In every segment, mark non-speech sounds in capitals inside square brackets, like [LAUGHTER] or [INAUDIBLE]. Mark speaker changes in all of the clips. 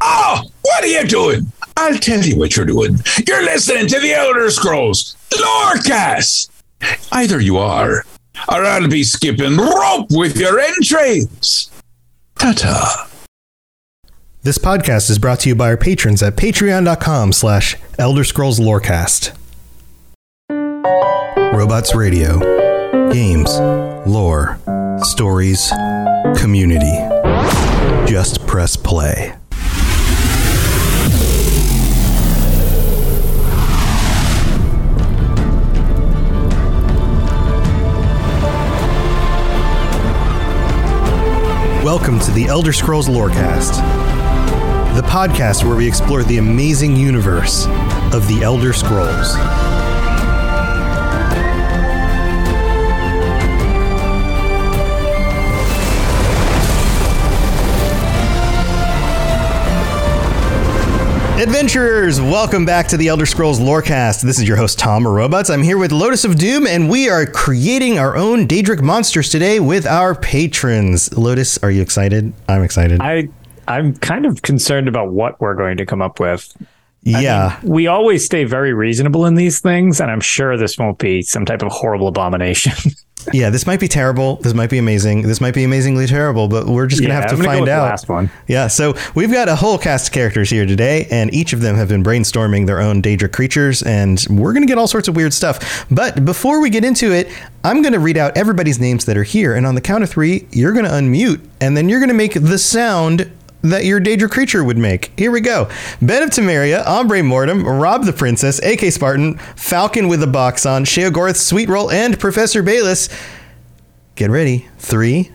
Speaker 1: Oh, what are you doing? I'll tell you what you're doing. You're listening to the Elder Scrolls Lorecast. Either you are, or I'll be skipping rope with your entrails. Ta ta.
Speaker 2: This podcast is brought to you by our patrons at patreon.com slash Elder Scrolls Lorecast. Robots Radio. Games. Lore. Stories. Community. Just press play. Welcome to the Elder Scrolls Lorecast, the podcast where we explore the amazing universe of the Elder Scrolls. Adventurers, welcome back to the Elder Scrolls Lorecast. This is your host Tom Robots. I'm here with Lotus of Doom, and we are creating our own Daedric monsters today with our patrons. Lotus, are you excited? I'm excited.
Speaker 3: I I'm kind of concerned about what we're going to come up with.
Speaker 2: yeah,
Speaker 3: We always stay very reasonable in these things, and I'm sure this won't be some type of horrible abomination. [LAUGHS]
Speaker 2: yeah. This might be terrible. This might be amazing. This might be amazingly terrible. But we're just gonna
Speaker 3: Yeah,
Speaker 2: have
Speaker 3: I'm
Speaker 2: to
Speaker 3: gonna go
Speaker 2: find
Speaker 3: with the
Speaker 2: out.
Speaker 3: last one.
Speaker 2: Yeah, so we've got a whole cast of characters here today, and each of them have been brainstorming their own Daedra creatures, and we're going to get all sorts of weird stuff. But before we get into it, I'm going to read out everybody's names that are here, and on the count of three, you're going to unmute, and then you're going to make the sound that your Daedra creature would make. Here we go. Ben of Temeria, Ombre Mortem, Rob the Princess, AK Spartan, Falcon with the box on, Sheogorth, Sweet Roll, and Professor Bayless. Get ready. Three,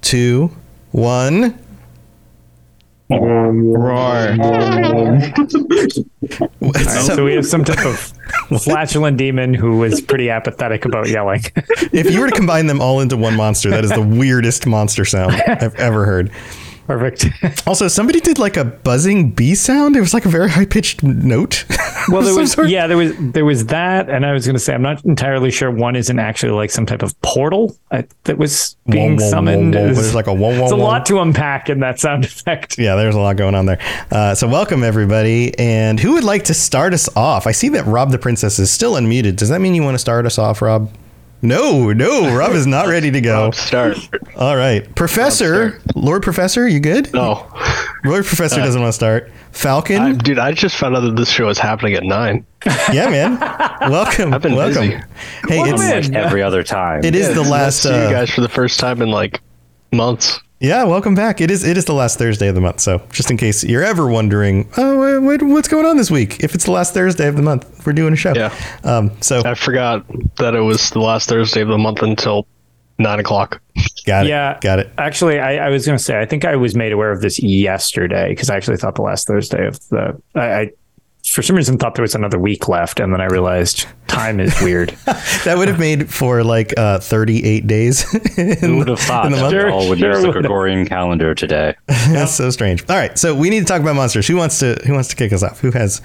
Speaker 2: two, one.
Speaker 3: Um,
Speaker 2: So-
Speaker 3: So we have some type of flatulent demon who is pretty apathetic about yelling.
Speaker 2: [LAUGHS] if you were to combine them all into one monster, that is
Speaker 3: [LAUGHS]
Speaker 2: the weirdest monster sound I've ever heard.
Speaker 3: Perfect.
Speaker 2: Also, somebody did like a buzzing bee sound. It was like a very high pitched note.
Speaker 3: [LAUGHS]
Speaker 2: [LAUGHS]
Speaker 3: Well, [LAUGHS] there
Speaker 2: Some
Speaker 3: was
Speaker 2: sort-
Speaker 3: yeah, there was there was that, and I was going to say I'm not entirely sure one isn't actually like some type of portal uh, that was being
Speaker 2: whoa, whoa,
Speaker 3: summoned.
Speaker 2: whoa.
Speaker 3: It was-
Speaker 2: There's like a whoa, whoa,
Speaker 3: It's a
Speaker 2: whoa.
Speaker 3: lot to unpack in that sound [LAUGHS] effect.
Speaker 2: Yeah, there's a lot going on there. Uh, so, welcome everybody. And who would like to start us off? I see that Rob the Princess is still unmuted. Does that mean you want to start us off, Rob? No, no, Rob is not ready to go.
Speaker 4: start.
Speaker 2: All right. Professor, Lord Professor, you good?
Speaker 4: No, Uh,
Speaker 2: Lord Professor doesn't want to start. Falcon?
Speaker 4: I, dude, I just found out that this show is happening at nine.
Speaker 2: yeah,
Speaker 4: [LAUGHS]
Speaker 2: man. Welcome.
Speaker 4: I've been
Speaker 2: welcome.
Speaker 4: busy.
Speaker 2: Hey,
Speaker 3: Welcome
Speaker 2: it's,
Speaker 3: in.
Speaker 5: like every other time.
Speaker 2: It is the last.
Speaker 4: See you
Speaker 2: Uh,
Speaker 4: guys for the first time in like months.
Speaker 2: yeah, welcome back. It is. It is the last Thursday of the month. So just in case you're ever wondering, oh, wait, wait, what's going on this week? If it's the last Thursday of the month, we're doing a show.
Speaker 4: Yeah.
Speaker 2: Um. So
Speaker 4: I forgot that it was the last Thursday of the month until nine o'clock.
Speaker 2: got it.
Speaker 3: Yeah.
Speaker 2: Got it.
Speaker 3: Actually, I, I was going to say, I think I was made aware of this yesterday because I actually thought the last Thursday of the. I, I for some reason thought there was another week left, and then I realized time is weird.
Speaker 2: [LAUGHS] That would have made for like uh 38 days. [LAUGHS]
Speaker 5: Who would have thought
Speaker 2: in the
Speaker 5: that
Speaker 2: month?
Speaker 5: we all would
Speaker 3: Sure,
Speaker 5: use
Speaker 3: sure
Speaker 5: the
Speaker 3: would.
Speaker 5: Gregorian calendar today?
Speaker 2: [LAUGHS] That's so strange. All right. So we need to talk about monsters. Who wants to? Who wants to kick us off? Who has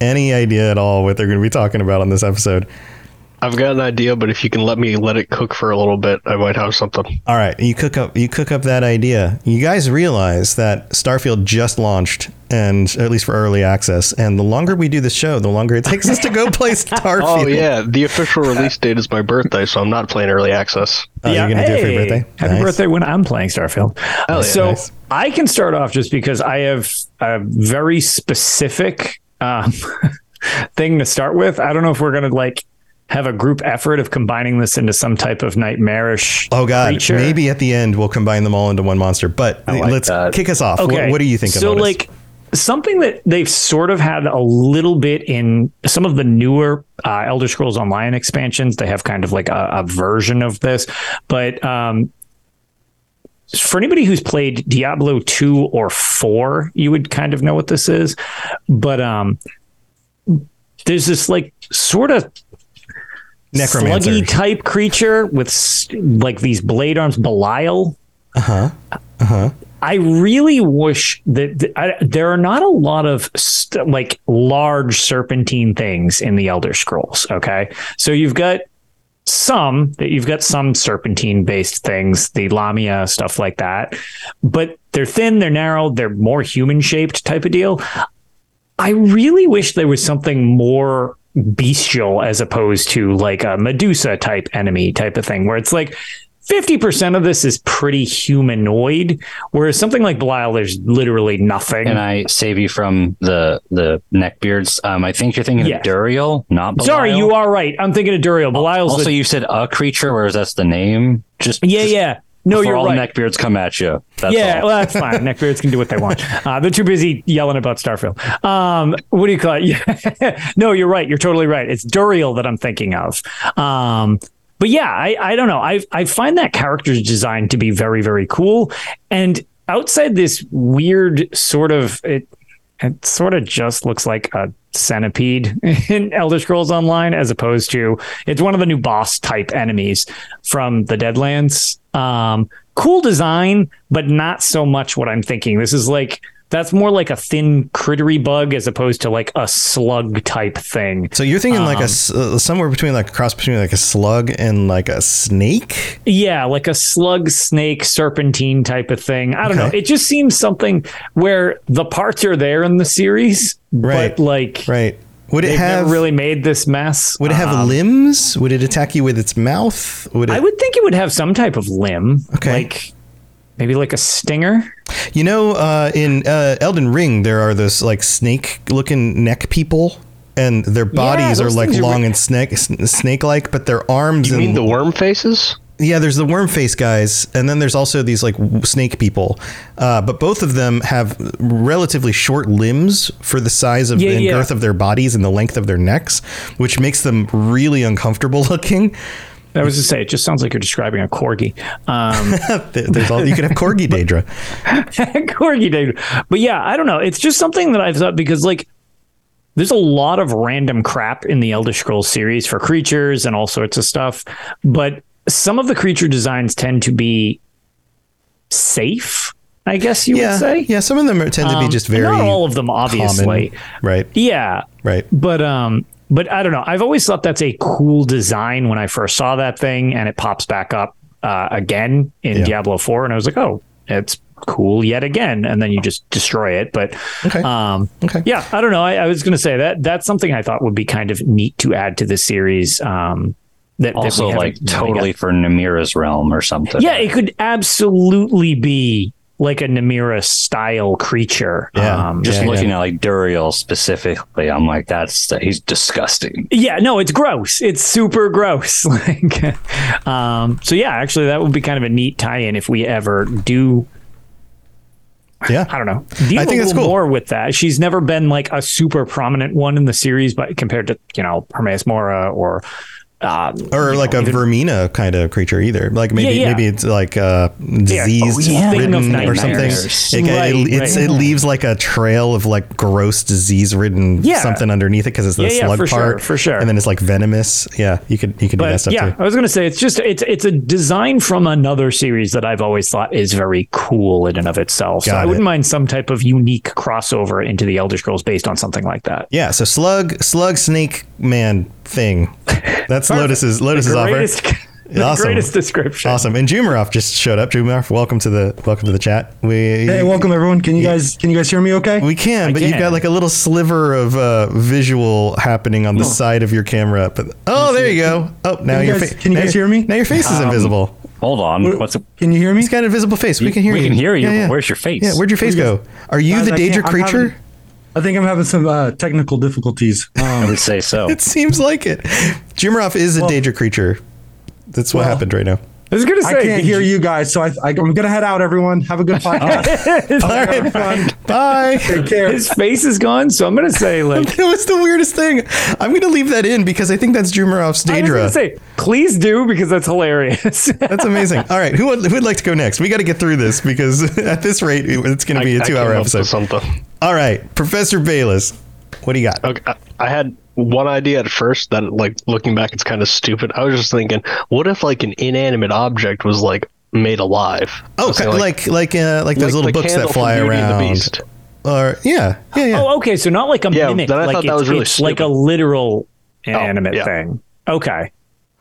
Speaker 2: any idea at all what they're going to be talking about on this episode?
Speaker 4: I've got an idea, but if you can let me let it cook for a little bit, I might have something.
Speaker 2: All right, you cook up you cook up that idea. You guys realize that Starfield just launched and at least for early access and the longer we do the show, the longer it [LAUGHS] takes us to go play Starfield.
Speaker 4: Oh yeah, the official release date is my birthday, so I'm not playing early access.
Speaker 2: Oh, you're going to do it for your
Speaker 3: hey,
Speaker 2: birthday?
Speaker 3: Happy
Speaker 2: Nice. Oh,
Speaker 3: birthday when I'm playing Starfield.
Speaker 4: yeah.
Speaker 3: so
Speaker 2: Nice.
Speaker 3: I can start off just because I have a very specific um, [LAUGHS] thing to start with. I don't know if we're going to like have a group effort of combining this into some type of nightmarish.
Speaker 2: Oh god,
Speaker 3: creature.
Speaker 2: maybe at the end we'll combine them all into one monster. But
Speaker 5: like
Speaker 2: let's
Speaker 5: that.
Speaker 2: kick us off. What-
Speaker 3: Okay.
Speaker 2: What, do you think
Speaker 3: So
Speaker 2: about it?
Speaker 3: like something that they've sort of had a little bit in some of the newer uh, Elder Scrolls Online expansions. They have kind of like a, a version of this, but um, for anybody who's played Diablo two or four, you would kind of know what this is. But um, there's this like sort of
Speaker 2: Necromancer.
Speaker 3: sluggy type creature with s- like these blade arms, Belial. I really wish that th- I, there are not a lot of st- like large serpentine things in the Elder Scrolls. Okay, so you've got some that you've got some serpentine based things, the Lamia stuff like that, but they're thin, they're narrow, they're more human shaped type of deal. I really wish there was something more bestial as opposed to like a Medusa type enemy type of thing, where it's like 50% of this is pretty humanoid, whereas something like Belial, there's literally nothing.
Speaker 5: Can I save you from the the neckbeards? Um, I think you're thinking
Speaker 3: Yes.
Speaker 5: of Duriel, not Belial.
Speaker 3: Sorry, you are right. I'm thinking of Duriel. Belial's
Speaker 5: Also,
Speaker 3: the-
Speaker 5: you said a creature, whereas that's the name. Just
Speaker 3: yeah,
Speaker 5: just
Speaker 3: yeah. No,
Speaker 5: before
Speaker 3: you're
Speaker 5: all
Speaker 3: right.
Speaker 5: neckbeards come at you. That's
Speaker 3: yeah,
Speaker 5: all.
Speaker 3: well,
Speaker 5: [LAUGHS]
Speaker 3: that's fine. Neckbeards can do what they want. Uh, they're too busy yelling about Starfield. Um, what do you call it? [LAUGHS] Yeah. no, you're right. You're totally right. It's Duriel that I'm thinking of. Um, but yeah, I, I don't know. I I find that character's design to be very very cool, and outside this weird sort of it, it sort of just looks like a centipede [LAUGHS] in Elder Scrolls Online, as opposed to it's one of the new boss type enemies from the Deadlands. Um, cool design, but not so much what I'm thinking. This is like that's more like a thin crittery bug as opposed to like a slug type thing.
Speaker 2: So you're thinking like a
Speaker 3: Um,
Speaker 2: s- uh, somewhere between like a cross between like a slug and like a snake.
Speaker 3: Yeah, like a slug, snake, serpentine type of thing. I don't
Speaker 2: Okay.
Speaker 3: know. It just seems something where the parts are there in the series,
Speaker 2: Right.
Speaker 3: but like
Speaker 2: Right. Would it
Speaker 3: they've
Speaker 2: have
Speaker 3: never really made this mess.
Speaker 2: Would it have
Speaker 3: Um,
Speaker 2: limbs? Would it attack you with its mouth? Would it?
Speaker 3: I would think it would have some type of limb.
Speaker 2: Okay.
Speaker 3: Like maybe like a stinger.
Speaker 2: you know, uh, in uh, Elden Ring, there are those like snake-looking neck people, and their bodies are
Speaker 3: those
Speaker 2: like
Speaker 3: things are
Speaker 2: long
Speaker 3: re-
Speaker 2: and snake snake-like, but their arms
Speaker 4: You
Speaker 2: and
Speaker 4: mean the worm faces?
Speaker 2: yeah, there's the worm face guys, and then there's also these like w- snake people, uh, but both of them have relatively short limbs for the size of
Speaker 3: Yeah,
Speaker 2: and
Speaker 3: yeah.
Speaker 2: girth of their bodies and the length of their necks, which makes them really uncomfortable [LAUGHS] looking.
Speaker 3: I was just say it just sounds like you're describing a corgi. Um
Speaker 2: [LAUGHS] There- there's all, you could have
Speaker 3: [LAUGHS]
Speaker 2: corgi Daedra.
Speaker 3: corgi dude. But yeah, I don't know. It's just something that I've thought because like there's a lot of random crap in the Elder Scrolls series for creatures and all sorts of stuff, but some of the creature designs tend to be safe, I guess you
Speaker 2: yeah,
Speaker 3: would say.
Speaker 2: yeah. Some of them are, tend to
Speaker 3: Um,
Speaker 2: be just
Speaker 3: and
Speaker 2: very
Speaker 3: not all of them obviously.
Speaker 2: common. Right,
Speaker 3: Yeah,
Speaker 2: right.
Speaker 3: but um but i don't know i've always thought that's a cool design when i first saw that thing and it pops back up uh, again in
Speaker 2: Yeah.
Speaker 3: diablo 4 and i was like oh it's cool yet again and then you just destroy it but
Speaker 2: Okay.
Speaker 3: um
Speaker 2: Okay.
Speaker 3: yeah i don't know I, I was gonna say that that's something i thought would be kind of neat to add to the series um that that we
Speaker 5: Also,
Speaker 3: haven't
Speaker 5: like
Speaker 3: really
Speaker 5: totally for Namira's realm or something.
Speaker 3: got- yeah it could absolutely be like a Namira style creature
Speaker 2: Yeah.
Speaker 3: um
Speaker 5: Just
Speaker 2: Yeah,
Speaker 5: looking at like Duriel specifically, I'm like, that's he's disgusting.
Speaker 3: yeah no it's gross it's super gross [LAUGHS] like um so yeah actually that would be kind of a neat tie-in if we ever do
Speaker 2: yeah.
Speaker 3: i don't know deal
Speaker 2: I think
Speaker 3: a
Speaker 2: that's
Speaker 3: little
Speaker 2: cool.
Speaker 3: more with that she's never been like a super prominent one in the series but compared to you know hermes mora or um,
Speaker 2: or like a Vermina kind of creature either. Like maybe
Speaker 3: yeah.
Speaker 2: maybe it's like uh, diseased
Speaker 3: yeah. Thing of
Speaker 2: ridden or
Speaker 3: nightmares.
Speaker 2: something. It, it-
Speaker 3: Right,
Speaker 2: it's-
Speaker 3: right.
Speaker 2: it leaves like a trail of like gross disease ridden
Speaker 3: Yeah.
Speaker 2: something underneath it because it's the
Speaker 3: Yeah, yeah,
Speaker 2: slug
Speaker 3: for sure,
Speaker 2: part
Speaker 3: for sure.
Speaker 2: and then it's like venomous. Yeah, you could you could do that
Speaker 3: but
Speaker 2: stuff
Speaker 3: yeah
Speaker 2: too.
Speaker 3: i was gonna say it's just it's it's a design from another series that i've always thought is very cool in and of itself so
Speaker 2: Got
Speaker 3: i
Speaker 2: it.
Speaker 3: wouldn't mind some type of unique crossover into the elder scrolls based on something like that
Speaker 2: Yeah, so slug slug snake man thing. That's Lotus's Lotus's offer.
Speaker 3: greatest, [LAUGHS] the
Speaker 2: Awesome.
Speaker 3: greatest description.
Speaker 2: Awesome. And Jumarov just showed up. Jumarov, welcome to the welcome to the chat. We
Speaker 6: Hey, welcome everyone. Can you guys can you guys hear me okay?
Speaker 2: We can, but you've
Speaker 3: can.
Speaker 2: got like a little sliver of uh, visual happening
Speaker 3: Hmm.
Speaker 2: on the side of your camera. But oh, there you go. Oh, now
Speaker 6: you
Speaker 2: your
Speaker 6: guys-
Speaker 2: fa-
Speaker 6: can you
Speaker 2: now
Speaker 6: guys
Speaker 2: your-
Speaker 6: hear me?
Speaker 2: Now your face is
Speaker 7: Um,
Speaker 2: invisible.
Speaker 5: Um, Hold on, what's
Speaker 6: Can you hear me?
Speaker 2: He's got an invisible face. We can hear
Speaker 5: we
Speaker 2: you.
Speaker 5: can hear you,
Speaker 2: Yeah,
Speaker 5: but
Speaker 2: yeah.
Speaker 5: where's your face?
Speaker 2: Yeah, where'd your face go? Are you
Speaker 6: Guys,
Speaker 2: the
Speaker 6: I can't-
Speaker 2: Daedra
Speaker 6: I'm
Speaker 2: creature?
Speaker 6: having- I think I'm having some uh, technical difficulties.
Speaker 5: [LAUGHS] I
Speaker 6: Um,
Speaker 5: would say so.
Speaker 2: [LAUGHS] It seems like it. Jumarov is a Daedra creature. That's what happened right now.
Speaker 3: I was gonna say,
Speaker 6: I can't hear you guys, so I, I, I'm gonna head out. Everyone, have a good podcast.
Speaker 2: All right,
Speaker 6: Fun.
Speaker 2: bye.
Speaker 6: Take care.
Speaker 3: His face is gone, so I'm gonna
Speaker 2: [LAUGHS]
Speaker 3: say like.
Speaker 2: That was the weirdest thing. I'm going to leave that in because I think that's Jumarov's
Speaker 3: I was
Speaker 2: Daedra.
Speaker 3: gonna say, please do because that's hilarious. [LAUGHS]
Speaker 2: That's amazing. All right, who would, who would like to go next? We got to get through this because [LAUGHS] at this rate, it- it's going to be a
Speaker 4: I came
Speaker 2: two-hour
Speaker 4: up with
Speaker 2: episode.
Speaker 4: Something.
Speaker 2: All right, Professor Bayless, what do you got?
Speaker 4: Okay, I- I had one idea at first that, like, looking back, it's kind of stupid. I was just thinking, what if like an inanimate object was like made alive?
Speaker 2: Oh,
Speaker 4: So,
Speaker 2: ki- like like uh, like those
Speaker 4: like
Speaker 2: little
Speaker 4: the
Speaker 2: books that
Speaker 4: candle from
Speaker 2: fly
Speaker 4: Beauty and the
Speaker 2: around,
Speaker 4: Beast.
Speaker 2: or yeah, yeah, yeah.
Speaker 3: oh, okay, so not like a
Speaker 4: Yeah,
Speaker 3: mimic.
Speaker 4: then I
Speaker 3: like
Speaker 4: thought that
Speaker 3: it's,
Speaker 4: was really
Speaker 3: it's like a
Speaker 4: stupid.
Speaker 3: literal inanimate
Speaker 4: yeah.
Speaker 3: thing. Okay,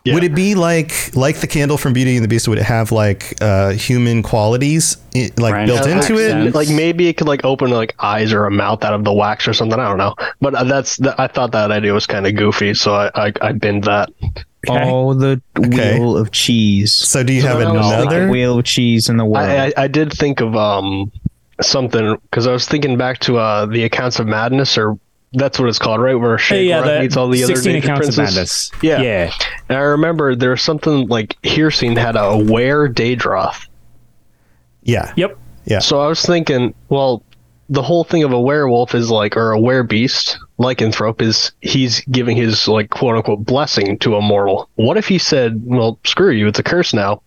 Speaker 4: Yeah.
Speaker 2: Would it be like like the candle from Beauty and the Beast? Would it have like uh, human qualities i- like
Speaker 5: Right.
Speaker 2: built
Speaker 5: Yeah,
Speaker 2: into it?
Speaker 5: accent.
Speaker 4: like maybe it could like open like eyes or a mouth out of the wax or something. I don't know, but uh, that's th- I thought that idea was kind of goofy, so I I, I binned that.
Speaker 8: Oh, the
Speaker 2: Okay.
Speaker 8: wheel of cheese.
Speaker 2: So do you have
Speaker 4: So now, like,
Speaker 2: another?
Speaker 8: The wheel of cheese in the world.
Speaker 4: I, I I did think of um something because I was thinking back to uh the accounts of madness or that's what it's called, right? Where Shake
Speaker 3: yeah,
Speaker 4: Rattle
Speaker 3: the
Speaker 4: meets all the other
Speaker 3: 16
Speaker 4: Nature
Speaker 3: accounts of
Speaker 4: Princes.
Speaker 3: madness.
Speaker 4: Yeah.
Speaker 3: yeah.
Speaker 4: And I remember there was something like Hearsing had a Ware Daedroth.
Speaker 2: yeah.
Speaker 3: Yep.
Speaker 4: So I was thinking, well, the whole thing of a werewolf is like, or a werebeast, lycanthrope, is he's giving his, like, quote unquote, blessing to a mortal. What if he said, well, screw you, it's a curse now?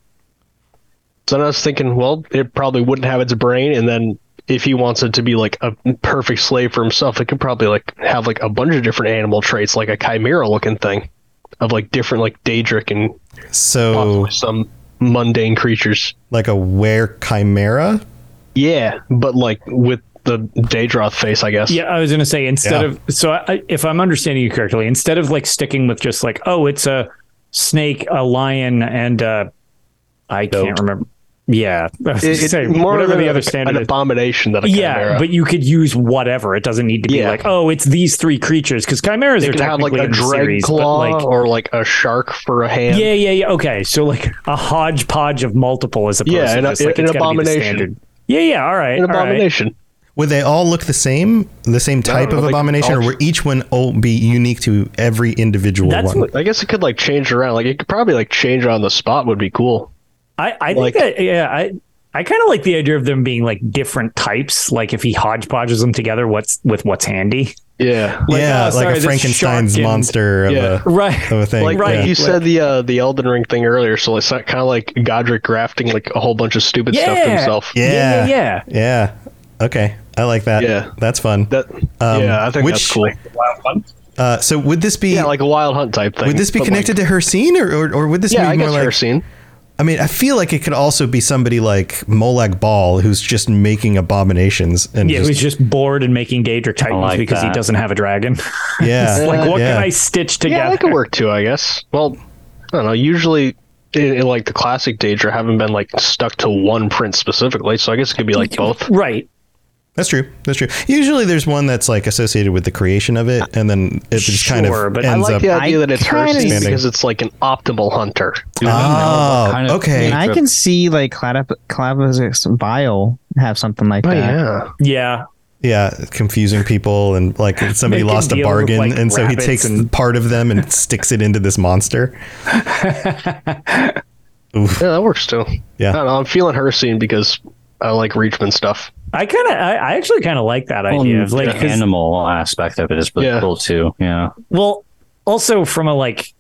Speaker 4: So then I was thinking, well, it probably wouldn't have its brain, and then if he wants it to be like a perfect slave for himself, it could probably like have like a bunch of different animal traits, like a chimera looking thing, of like different like Daedric and
Speaker 2: So
Speaker 4: possibly some mundane creatures.
Speaker 2: like a were chimera.
Speaker 4: Yeah, but like with the Daedroth face, I guess.
Speaker 3: Yeah, I was going to say instead
Speaker 2: Yeah.
Speaker 3: of so I, if I'm understanding you correctly, instead of like sticking with just like oh, it's a snake, a lion, and uh, I can't remember. Yeah, [LAUGHS] I was
Speaker 4: It-
Speaker 3: gonna
Speaker 4: it's
Speaker 3: say,
Speaker 4: more
Speaker 3: whatever
Speaker 4: than
Speaker 3: the
Speaker 4: a-
Speaker 3: other standard
Speaker 4: an
Speaker 3: is.
Speaker 4: abomination that a
Speaker 3: Yeah,
Speaker 4: chimera.
Speaker 3: but you could use whatever. It doesn't need to be
Speaker 4: Yeah.
Speaker 3: like oh, it's these three creatures because chimeras
Speaker 4: it
Speaker 3: are
Speaker 4: could have like
Speaker 3: technically
Speaker 4: a
Speaker 3: in the
Speaker 4: dread
Speaker 3: series, but,
Speaker 4: claw
Speaker 3: like-
Speaker 4: or like a shark for a hand.
Speaker 3: yeah, yeah, yeah. Okay, so like a hodgepodge of multiple as opposed
Speaker 4: Yeah,
Speaker 3: to
Speaker 4: an-
Speaker 3: just, like
Speaker 4: an
Speaker 3: it's gotta be the
Speaker 4: abomination.
Speaker 3: standard. Yeah, yeah. All right,
Speaker 4: an
Speaker 3: all right.
Speaker 4: abomination.
Speaker 2: Would they all look the same, the same type
Speaker 4: know,
Speaker 2: of
Speaker 4: they could
Speaker 2: abomination, or
Speaker 4: all-
Speaker 2: would each one all be unique to every individual
Speaker 3: That's
Speaker 2: one?
Speaker 3: what-
Speaker 4: I guess it could like change around. Like it could probably like change on the spot would be cool.
Speaker 3: I, I
Speaker 4: Like-
Speaker 3: think that yeah, I I kind of like the idea of them being like different types. Like if he hodgepodges them together, what's with what's handy,
Speaker 4: Yeah.
Speaker 2: yeah,
Speaker 3: oh,
Speaker 2: like
Speaker 3: sorry,
Speaker 2: a
Speaker 3: this
Speaker 2: Frankenstein's
Speaker 3: shark and-
Speaker 2: monster of,
Speaker 4: Yeah.
Speaker 2: a,
Speaker 3: right?
Speaker 2: of a thing.
Speaker 4: Like
Speaker 3: Right.
Speaker 2: yeah.
Speaker 4: you said the uh the Elden Ring thing earlier, so it's kind of like Godric grafting like a whole bunch of stupid stuff to
Speaker 3: Yeah.
Speaker 4: himself.
Speaker 3: Yeah,
Speaker 2: Yeah.
Speaker 3: yeah, yeah.
Speaker 2: Yeah. Okay. I like that.
Speaker 4: Yeah.
Speaker 2: That's fun.
Speaker 4: That
Speaker 2: Um,
Speaker 4: yeah, I think
Speaker 2: which-
Speaker 4: that's cool.
Speaker 2: Uh, so would this be
Speaker 4: Yeah, like a wild hunt type thing.
Speaker 2: would this be
Speaker 4: but, like,
Speaker 2: connected to her scene or, or, or would this
Speaker 4: yeah, I
Speaker 2: be more
Speaker 4: guess
Speaker 2: like
Speaker 4: her scene.
Speaker 2: I mean, I feel like it could also be somebody like Molag Ball who's just making abominations and
Speaker 3: Yeah,
Speaker 2: just,
Speaker 3: he's just bored and making Daedric Titans
Speaker 5: like
Speaker 3: because he
Speaker 5: that.
Speaker 3: doesn't have a dragon. [LAUGHS]
Speaker 2: yeah.
Speaker 3: like, what
Speaker 2: yeah.
Speaker 3: can I stitch together?
Speaker 4: Yeah, that could work too, I guess. Well, I don't know. Usually, in, in like the classic Daedra, haven't been like stuck to one print specifically, so I guess it could be like both.
Speaker 3: Right.
Speaker 2: That's true. That's true. Usually there's one that's like associated with the creation of it and then it just kind
Speaker 3: Sure,
Speaker 2: of
Speaker 3: but
Speaker 2: ends
Speaker 3: I
Speaker 2: up
Speaker 4: Like the idea that it's her
Speaker 8: kinda
Speaker 4: scene
Speaker 2: see-
Speaker 4: because it's like an optimal hunter.
Speaker 2: Oh,
Speaker 9: kind of
Speaker 2: okay.
Speaker 8: and I
Speaker 9: nature-
Speaker 8: can see like Cladip- Clavus Vile have something like
Speaker 4: Oh
Speaker 8: that.
Speaker 4: yeah,
Speaker 3: Yeah.
Speaker 2: yeah, confusing people and
Speaker 3: [LAUGHS]
Speaker 2: like somebody
Speaker 3: Making
Speaker 2: lost a
Speaker 3: deals with,
Speaker 2: bargain
Speaker 3: like,
Speaker 2: and so he
Speaker 3: rabbits
Speaker 2: takes
Speaker 3: and-
Speaker 2: part of them
Speaker 3: [LAUGHS]
Speaker 2: and sticks it into this monster.
Speaker 4: yeah, that works too.
Speaker 2: Yeah.
Speaker 4: I don't know. I'm feeling her scene because I like Reachman stuff.
Speaker 3: I kind of, I, I actually kind of like that idea. of, like,
Speaker 5: like
Speaker 3: 'cause-
Speaker 5: animal aspect of it is really
Speaker 4: Yeah.
Speaker 5: cool too. Yeah.
Speaker 3: Well, also from a like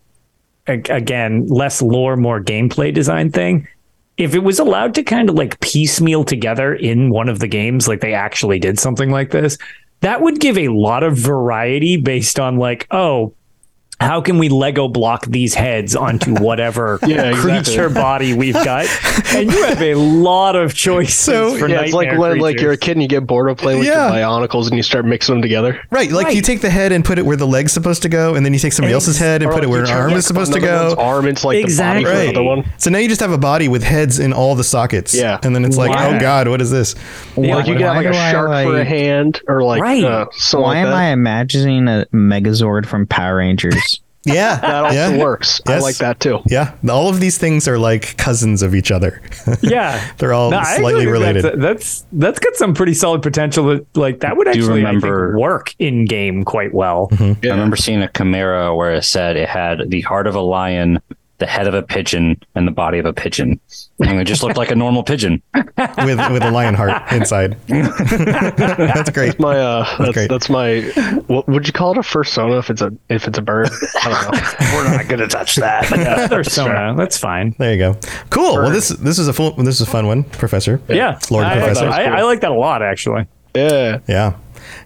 Speaker 3: ag- again, less lore, more gameplay design thing. If it was allowed to kind of like piecemeal together in one of the games, like they actually did something like this, that would give a lot of variety based on like, oh, how can we Lego block these heads onto whatever
Speaker 4: Yeah, exactly.
Speaker 3: creature body we've got? And
Speaker 4: [LAUGHS]
Speaker 3: you have a lot of choices.
Speaker 2: So,
Speaker 3: for
Speaker 4: yeah, it's like
Speaker 3: nightmare
Speaker 4: when like you're a
Speaker 3: creatures.
Speaker 4: kid and you get bored of playing with
Speaker 2: Yeah.
Speaker 4: your bionicles and you start mixing them together.
Speaker 2: Right, like you
Speaker 3: Right.
Speaker 2: take the head and put it where the leg's supposed to go, and then you take somebody else's head and
Speaker 4: Or,
Speaker 2: put it
Speaker 4: like,
Speaker 2: where
Speaker 4: you
Speaker 2: an
Speaker 4: turn,
Speaker 2: arm
Speaker 4: like,
Speaker 2: is supposed to
Speaker 4: another one's
Speaker 2: go.
Speaker 4: Arm into like the body for
Speaker 3: Exactly.
Speaker 4: another one.
Speaker 2: So now you just have a body with heads in all the sockets.
Speaker 4: Yeah.
Speaker 2: And then it's like,
Speaker 3: Wow.
Speaker 2: oh God, what is this?
Speaker 8: Why,
Speaker 4: Like you can have
Speaker 8: why
Speaker 4: like a
Speaker 8: do I,
Speaker 4: shark for a
Speaker 8: like-
Speaker 4: hand or like
Speaker 3: Right.
Speaker 4: uh, something
Speaker 8: Why
Speaker 4: like
Speaker 8: am
Speaker 4: that. [LAUGHS]
Speaker 8: I imagining a Megazord from Power
Speaker 2: [LAUGHS]
Speaker 8: Rangers?
Speaker 2: Yeah.
Speaker 4: That also
Speaker 2: yeah.
Speaker 4: works. I
Speaker 2: Yes.
Speaker 4: like that too.
Speaker 2: Yeah. All of these things are like cousins of each other.
Speaker 3: yeah.
Speaker 2: [LAUGHS] They're all
Speaker 3: No, I actually
Speaker 2: slightly
Speaker 3: think
Speaker 2: related.
Speaker 3: That's, that's that's got some pretty solid potential. That, like that would
Speaker 5: Do you
Speaker 3: actually I think,
Speaker 5: remember- Mm-hmm.
Speaker 3: work in game quite well.
Speaker 5: I remember seeing a chimera where it said it had the heart of a lion, the head of a pigeon, and the body of a pigeon. And it just looked like a normal pigeon.
Speaker 2: with with a lion heart
Speaker 3: [LAUGHS]
Speaker 2: inside. [LAUGHS] that's great.
Speaker 4: My uh, that's
Speaker 2: great.
Speaker 4: that's my. What would you call it? A fursona if it's a if it's a bird? I don't know.
Speaker 5: [LAUGHS] We're not going to touch that.
Speaker 3: [LAUGHS] Persona, that's fine.
Speaker 2: There you go. Cool. Well, this this is a full this is a fun one, Professor.
Speaker 3: Yeah,
Speaker 2: Lord
Speaker 3: I,
Speaker 2: Professor.
Speaker 3: I, I like that a lot actually.
Speaker 4: Yeah,
Speaker 2: Yeah.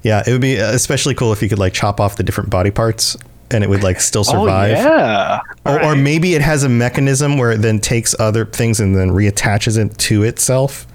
Speaker 2: Yeah. It would be especially cool if you could like chop off the different body parts and it would like still
Speaker 7: oh,
Speaker 2: survive.
Speaker 4: Oh, yeah.
Speaker 2: Or, or maybe it has a mechanism where it then takes other things and then reattaches it to itself.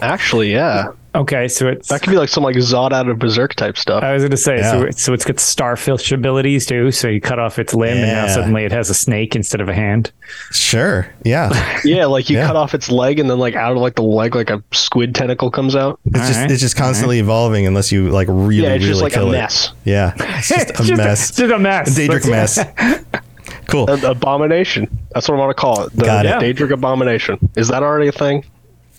Speaker 4: Actually, yeah.
Speaker 3: Okay, so it's
Speaker 4: That could be like some like Zod out of Berserk type stuff.
Speaker 3: I was going to say,
Speaker 2: Oh. Yeah.
Speaker 3: so, it- so it's got starfish abilities too. So you cut off its limb, and now
Speaker 2: Yeah.
Speaker 3: suddenly it has a snake instead of a hand.
Speaker 2: Sure.
Speaker 3: [LAUGHS]
Speaker 2: Yeah.
Speaker 4: yeah, like you
Speaker 2: Yeah.
Speaker 4: cut off its leg and then like out of like the leg like a squid tentacle comes out.
Speaker 2: It's just
Speaker 3: right.
Speaker 2: it's just constantly evolving unless you like really
Speaker 4: yeah, it's
Speaker 2: really
Speaker 4: just like
Speaker 2: kill
Speaker 4: a
Speaker 2: it.
Speaker 4: mess.
Speaker 2: Yeah. It's just a
Speaker 3: [LAUGHS] It's just
Speaker 2: mess.
Speaker 3: it's just a mess.
Speaker 2: Daedric
Speaker 3: That's-
Speaker 2: mess.
Speaker 3: [LAUGHS]
Speaker 2: Cool.
Speaker 4: An abomination. That's what I want to call it. The
Speaker 2: Got it.
Speaker 4: Daedric Abomination. Is that already a thing?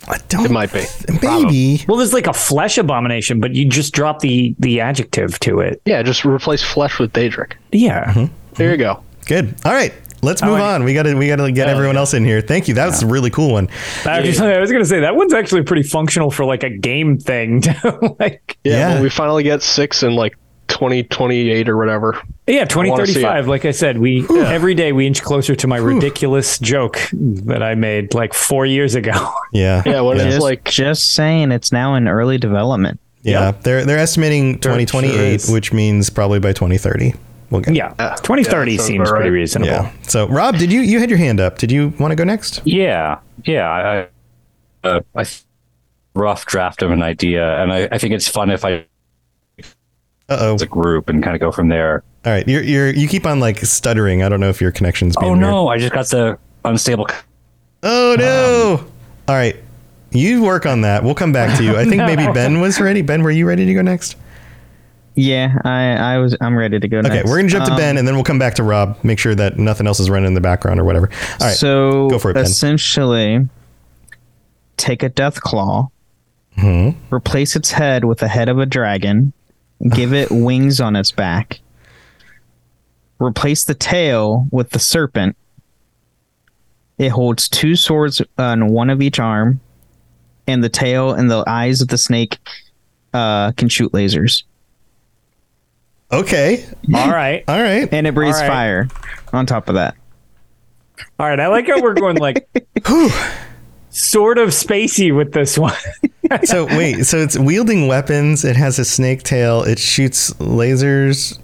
Speaker 2: I don't.
Speaker 4: It might be.
Speaker 2: Maybe.
Speaker 3: Well, there's like a flesh abomination, but you just drop the the adjective to it.
Speaker 4: Yeah, just replace flesh with Daedric.
Speaker 3: Yeah.
Speaker 4: There you go.
Speaker 2: Mm-hmm. Good. All right. Let's move
Speaker 3: I-
Speaker 2: on. We gotta we gotta get everyone else in here. Thank you. That was a really cool one.
Speaker 3: Actually, [LAUGHS] I was going to say Oh, that one's actually pretty functional for like a game thing. [LAUGHS] too. like,
Speaker 4: Yeah,
Speaker 2: Yeah.
Speaker 4: Well, we finally get six in like 2028 or whatever.
Speaker 3: yeah,
Speaker 4: wanna see
Speaker 3: 2035. Like I said, we every day we inch closer to my ridiculous joke that I made like four years ago. [LAUGHS]
Speaker 2: Yeah.
Speaker 4: Yeah, what
Speaker 8: Just,
Speaker 4: it's like.
Speaker 8: just saying, it's now in early development.
Speaker 2: Yeah. They're they're estimating
Speaker 3: sure
Speaker 2: twenty twenty eight,
Speaker 3: is.
Speaker 2: which means probably by twenty thirty. We'll get
Speaker 3: yeah,
Speaker 4: Yeah,
Speaker 3: 2030
Speaker 4: that sounds about
Speaker 3: seems pretty
Speaker 4: right.
Speaker 3: reasonable.
Speaker 2: Yeah. So Rob, did you you had your hand up? Did you want to go next?
Speaker 5: Yeah, yeah. I, I, uh, I th- rough draft of an idea, and I, I think it's fun if I
Speaker 2: Uh oh.
Speaker 5: as a group and kind of go from there.
Speaker 2: All right. You're you're you keep on like stuttering. I don't know if your connection's being
Speaker 5: Oh
Speaker 2: weird.
Speaker 5: no, I just got the unstable. c-
Speaker 2: Oh no. All right. You work on that. We'll come back to you. I
Speaker 8: [LAUGHS]
Speaker 2: think maybe Ben was ready. Ben, were you ready to go next?
Speaker 8: Yeah, I, I was. I'm ready to go.
Speaker 2: Okay, we're gonna jump to Ben, and then we'll come back to Rob. Make sure that nothing else is running in the background or whatever. All right.
Speaker 8: So
Speaker 2: Go for it, Ben.
Speaker 8: essentially, take a death claw,
Speaker 2: Mm-hmm.
Speaker 8: replace its head with the head of a dragon, give
Speaker 2: [SIGHS]
Speaker 8: it wings on its back, replace the tail with the serpent. It holds two swords on one of each arm, and the tail and the eyes of the snake uh, can shoot lasers,
Speaker 2: okay.
Speaker 3: All right.
Speaker 2: All right.
Speaker 8: and it breathes
Speaker 3: Alright.
Speaker 8: fire. On top of that,
Speaker 3: All right, I like how we're
Speaker 2: [LAUGHS]
Speaker 3: going like sort of spacey with this one. [LAUGHS]
Speaker 2: [LAUGHS] So wait. So it's wielding weapons. It has a snake tail. It shoots lasers.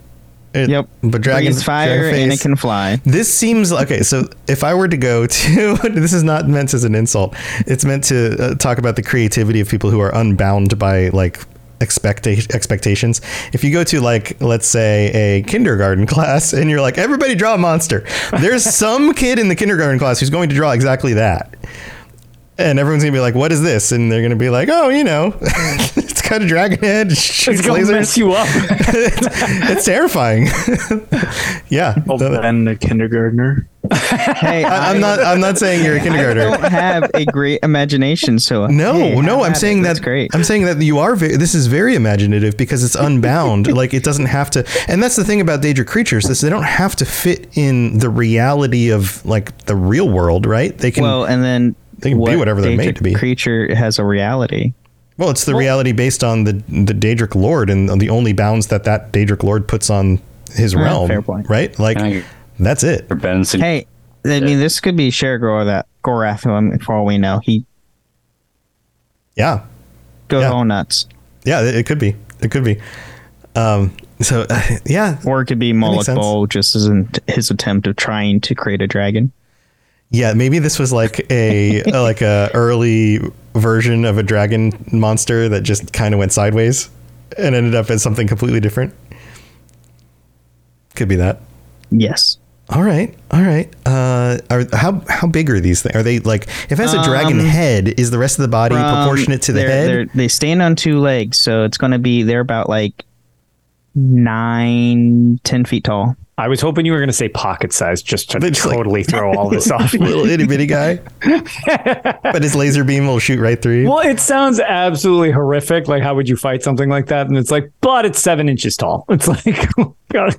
Speaker 2: It-
Speaker 8: Yep.
Speaker 2: But dragon
Speaker 8: breathes fire,
Speaker 2: dragon
Speaker 8: and it
Speaker 2: face-
Speaker 8: can fly.
Speaker 2: This seems okay. So if I were to go [LAUGHS] to, this is not meant as an insult. It's meant to uh, talk about the creativity of people who are unbound by like expecta- expectations. If you go to like, let's say a kindergarten [LAUGHS] class, and you're like, everybody draw a monster.
Speaker 8: [LAUGHS]
Speaker 2: There's some kid in the kindergarten class who's going to draw exactly that. And everyone's gonna be like, "What is this?" And they're gonna be like, "Oh, you know, [LAUGHS] it's got a dragon head, it shoots
Speaker 3: It's gonna
Speaker 2: lasers.
Speaker 3: mess you up.
Speaker 2: [LAUGHS]
Speaker 3: [LAUGHS]
Speaker 2: It's terrifying." [LAUGHS] yeah,
Speaker 9: Ben, the kindergartner.
Speaker 8: Hey,
Speaker 2: [LAUGHS] I- I'm not. I'm not saying you're a
Speaker 8: I
Speaker 2: kindergarter.
Speaker 8: don't have a great imagination, so
Speaker 2: No,
Speaker 8: hey, have
Speaker 2: no.
Speaker 8: at
Speaker 2: I'm
Speaker 8: it.
Speaker 2: saying
Speaker 8: That's
Speaker 2: that.
Speaker 8: great.
Speaker 2: I'm saying that you are. Ve- this is very imaginative because it's
Speaker 3: [LAUGHS]
Speaker 2: unbound. like it doesn't have to. And that's the thing about Daedric creatures is they don't have to fit in the reality of like the real world, right? They can.
Speaker 8: well,
Speaker 2: Well,
Speaker 8: and then
Speaker 2: They can be whatever they're made to be.
Speaker 8: Creature has a reality.
Speaker 2: it's the reality based on the the Daedric Lord and the only bounds that that Daedric Lord puts on his realm,
Speaker 8: Ah, fair point.
Speaker 2: right? Like
Speaker 5: Can I-
Speaker 2: that's it.
Speaker 5: For Ben's sug-
Speaker 8: Hey, I mean, this could be Cher that Gorath. who, um, For all we know, he
Speaker 2: Yeah.
Speaker 8: go
Speaker 2: Yeah.
Speaker 8: all nuts,
Speaker 2: Yeah. It, it could be. It could be. Um. So [LAUGHS] yeah,
Speaker 8: or it could be
Speaker 2: makes
Speaker 8: Moloch
Speaker 2: sense.
Speaker 8: Bowl, just as in his attempt of trying to create a dragon.
Speaker 2: Yeah, maybe this was like
Speaker 8: [LAUGHS]
Speaker 2: a like a early version of a dragon monster that just kind of went sideways and ended up as something completely different. Could be that.
Speaker 8: Yes,
Speaker 2: All right, all right. Uh, are how how big are these things? Are they like if it has a dragon head? Is the rest of the body
Speaker 8: Um,
Speaker 2: proportionate to the
Speaker 8: they're-
Speaker 2: head?
Speaker 8: they're- they stand on two legs, so it's going to be they're about like nine, ten feet tall.
Speaker 3: I was hoping you were going to say pocket size [LAUGHS] just to
Speaker 2: It's like-
Speaker 3: totally throw
Speaker 2: [LAUGHS]
Speaker 3: all this off.
Speaker 2: Little itty
Speaker 3: [LAUGHS]
Speaker 2: bitty guy, but his laser beam will shoot right through. you.
Speaker 3: Well, it sounds absolutely horrific. Like, how would you fight something like that? And it's like, but it's seven inches tall. It's like, [LAUGHS] oh, God.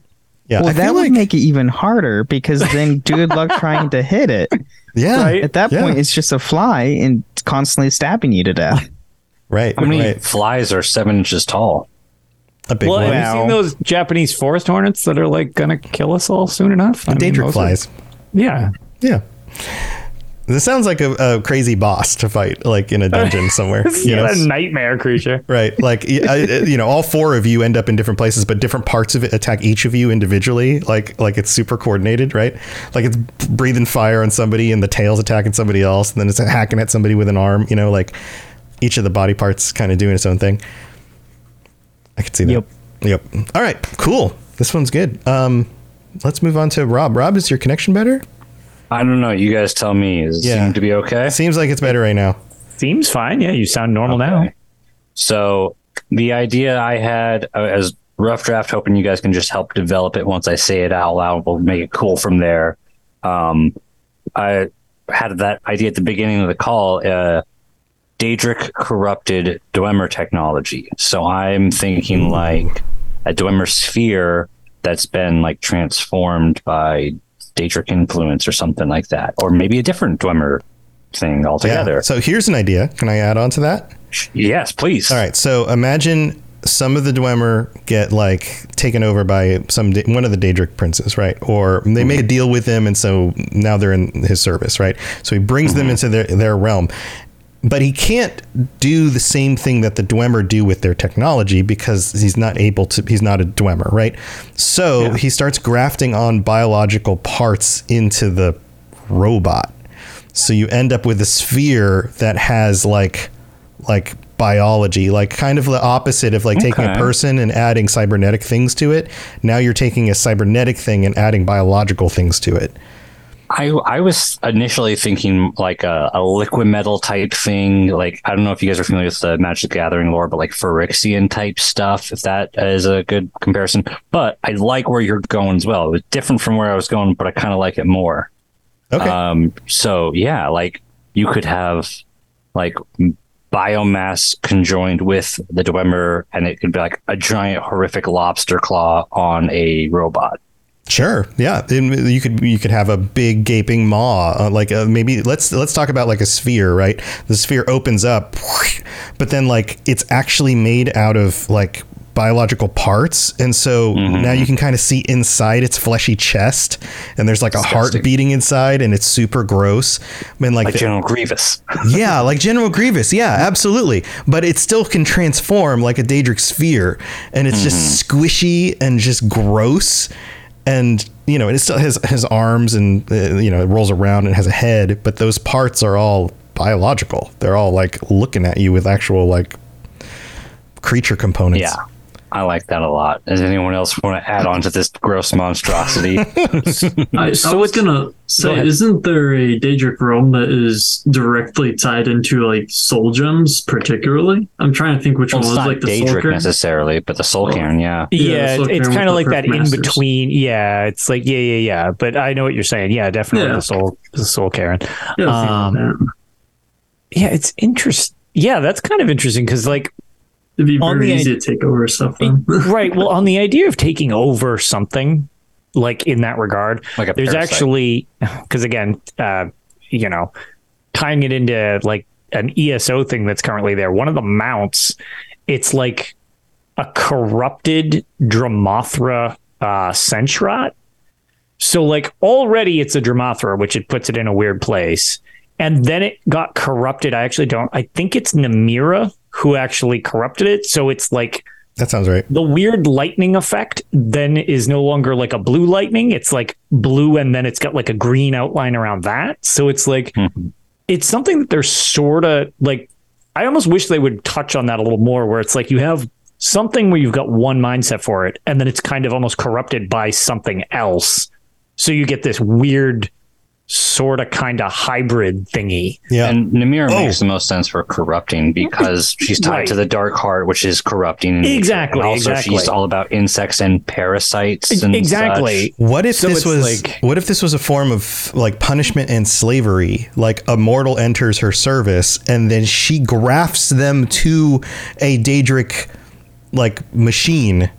Speaker 2: yeah,
Speaker 8: Well,
Speaker 2: I
Speaker 8: that
Speaker 2: feel
Speaker 8: would
Speaker 2: like
Speaker 8: make it even harder because then good
Speaker 2: [LAUGHS]
Speaker 8: luck trying to hit it.
Speaker 2: yeah,
Speaker 3: right?
Speaker 8: At that
Speaker 2: Yeah.
Speaker 8: point, it's just a fly and it's constantly stabbing you to death.
Speaker 2: right,
Speaker 5: how many
Speaker 2: right.
Speaker 5: flies are seven inches tall?
Speaker 2: A [LAUGHS] big
Speaker 3: well,
Speaker 2: one.
Speaker 3: have you seen
Speaker 8: Wow.
Speaker 3: those Japanese forest hornets that are like going to kill us all soon enough? I mean,
Speaker 2: Daedric
Speaker 3: those are-
Speaker 2: flies.
Speaker 3: Yeah.
Speaker 2: Yeah. This sounds like a, a crazy boss to fight, like in a
Speaker 3: [LAUGHS]
Speaker 2: dungeon somewhere. you know?
Speaker 3: It's a nightmare creature.
Speaker 2: [LAUGHS] Right. Like, y- I- I- you know, all four of you end up in different places, but different parts of it attack each of you individually. Like, like it's super coordinated, right? Like it's breathing fire on somebody and the tail's attacking somebody else. And then it's hacking at somebody with an arm, you know, like each of the body parts kind of doing its own thing. I could see that.
Speaker 8: Yep.
Speaker 2: Yep. All right. Cool. This one's good. Um, let's move on to Rob. Rob, is your connection better?
Speaker 5: I don't know. You guys tell me. Does it
Speaker 2: Yeah.
Speaker 5: seem to be okay?
Speaker 2: Seems like it's better right now.
Speaker 3: Seems fine. Yeah, you sound normal now.
Speaker 5: So the idea I had uh, as rough draft, hoping you guys can just help develop it once I say it out loud. We'll make it cool from there. Um, I had that idea at the beginning of the call. Uh, Daedric corrupted Dwemer technology. So I'm thinking like a Dwemer sphere that's been like transformed by Daedric influence or something like that, or maybe a different Dwemer thing altogether.
Speaker 2: So here's an idea. Can I add on to that?
Speaker 5: Yes, please.
Speaker 2: All right. So imagine some of the Dwemer get like taken over by some da- one of the Daedric princes, right? Or they made a deal with him, and so now they're in his service, right? So he brings them into their their realm. But he can't do the same thing that the Dwemer do with their technology because he's not able to. He's not a Dwemer, right? So he starts grafting on biological parts into the robot. So you end up with a sphere that has like like biology, like kind of the opposite of like taking a
Speaker 5: Okay.
Speaker 2: person and adding cybernetic things to it. Now you're taking a cybernetic thing and adding biological things to it.
Speaker 5: I I was initially thinking like a, a liquid metal type thing. Like I don't know if you guys are familiar with the Magic the Gathering lore, but like Phyrexian type stuff. If that is a good comparison, but I like where you're going as well. It was different from where I was going, but I kind of like it more.
Speaker 2: Okay.
Speaker 5: Um, so yeah, like you could have like m- biomass conjoined with the Dwemer, and it could be like a giant horrific lobster claw on a robot.
Speaker 2: Sure. Yeah, and you could you could have a big gaping maw, uh, like uh, maybe let's let's talk about like a sphere, right? The sphere opens up, [LAUGHS] but then like it's actually made out of like biological parts, and so
Speaker 5: Mm-hmm.
Speaker 2: now you can kind of see inside its fleshy chest, and there's like a heart beating inside, and it's super gross. And like,
Speaker 5: Like
Speaker 2: the-
Speaker 5: General Grievous.
Speaker 2: yeah, like General Grievous. Yeah, absolutely. But it still can transform like a Daedric sphere, and it's just squishy and just gross. And you know, and it still has has arms, and uh, you know, it rolls around and has a head. But those parts are all biological. They're all like looking at you with actual like creature components.
Speaker 5: Yeah. I like that a lot. Does anyone else want to add on to this gross [LAUGHS]
Speaker 3: [LAUGHS]
Speaker 5: monstrosity?
Speaker 10: I, I was gonna say, isn't there a Daedric realm that is directly tied into like soul gems, particularly? I'm trying to think which
Speaker 5: Well,
Speaker 10: one
Speaker 5: it's
Speaker 10: was
Speaker 5: not
Speaker 10: like the soul
Speaker 5: Daedric
Speaker 10: gem.
Speaker 5: necessarily, but the Soul Cairn, yeah.
Speaker 10: Yeah,
Speaker 3: Yeah,
Speaker 10: that's
Speaker 3: it-
Speaker 10: what
Speaker 3: it's
Speaker 10: they're
Speaker 3: kind of
Speaker 10: with
Speaker 3: like
Speaker 10: the
Speaker 3: that
Speaker 10: Perfect
Speaker 3: in
Speaker 10: Masters.
Speaker 3: between. Yeah, it's like yeah, yeah, yeah. But I know what you're saying. Yeah, definitely
Speaker 10: Yeah.
Speaker 3: the soul, the soul, Karen. Um,
Speaker 10: Yeah, something like that.
Speaker 3: Yeah, it's interest. Yeah, that's kind of interesting because like
Speaker 10: It'd be
Speaker 8: on
Speaker 10: very
Speaker 8: the
Speaker 10: easy to take over stuff.
Speaker 5: [LAUGHS]
Speaker 10: Then.
Speaker 3: right. Well, on the idea of taking over something, like in that regard,
Speaker 5: Like a
Speaker 3: there's
Speaker 5: parasite.
Speaker 3: actually because again, uh, you know, tying it into like an ESO thing that's currently there. One of the mounts, it's like a corrupted Dromothra uh, Sentrot. So like already it's a Dromothra, which it puts it in a weird place. And then it got corrupted. I actually don't. I think it's Namira who actually corrupted it. So it's like
Speaker 2: that sounds right.
Speaker 3: the weird lightning effect then is no longer like a blue lightning. It's like blue and then it's got like a green outline around that. So it's like it's something that they're sort of like I almost wish they would touch on that a little more where it's like you have something where you've got one mindset for it and then it's kind of almost corrupted by something else. So you get this weird sort of kind of hybrid thingy.
Speaker 2: Yeah.
Speaker 5: And Namira
Speaker 2: Oh.
Speaker 5: makes the most sense for
Speaker 3: [LAUGHS]
Speaker 5: corrupting because she's tied
Speaker 3: Right.
Speaker 5: to the dark heart, which is corrupting. in nature.
Speaker 3: Exactly,
Speaker 5: And also,
Speaker 3: exactly. E-
Speaker 5: she's all about insects and parasites. And
Speaker 3: exactly.
Speaker 2: What if
Speaker 3: So
Speaker 2: this
Speaker 3: it's
Speaker 2: was
Speaker 3: like-
Speaker 2: what if this was a form of like punishment and slavery? Like a mortal enters her service and then she grafts them to a Daedric like machine.
Speaker 5: such.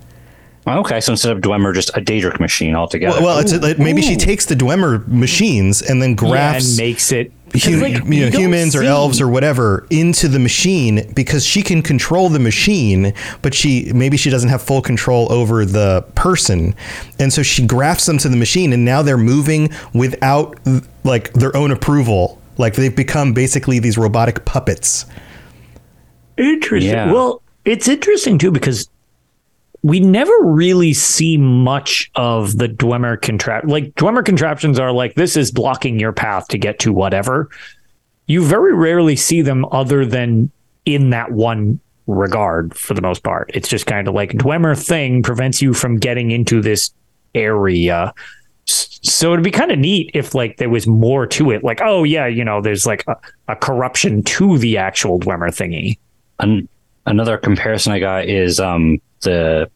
Speaker 5: Okay, so instead of Dwemer, just a Daedric machine altogether.
Speaker 2: Well, well it's like, maybe she takes the Dwemer machines and then grafts
Speaker 3: and makes it
Speaker 2: hu-
Speaker 3: like,
Speaker 2: you know,
Speaker 3: don't
Speaker 2: humans or
Speaker 3: see-
Speaker 2: elves or whatever into the machine because she can control the machine, but she maybe she doesn't have full control over the person, and so she grafts them to the machine, and now they're moving without like their own approval. Like they've become basically these robotic puppets.
Speaker 3: Interesting.
Speaker 5: Yeah.
Speaker 3: Well, it's interesting too because we never really see much of the Dwemer contrap. Like Dwemer contraptions are like this is blocking your path to get to whatever. You very rarely see them other than in that one regard for the most part. It's just kind of like Dwemer thing prevents you from getting into this area. S- So it'd be kind of neat if like there was more to it. Like, oh yeah, you know, there's like a, a corruption to the actual Dwemer thingy.
Speaker 5: An- another comparison I got is um, the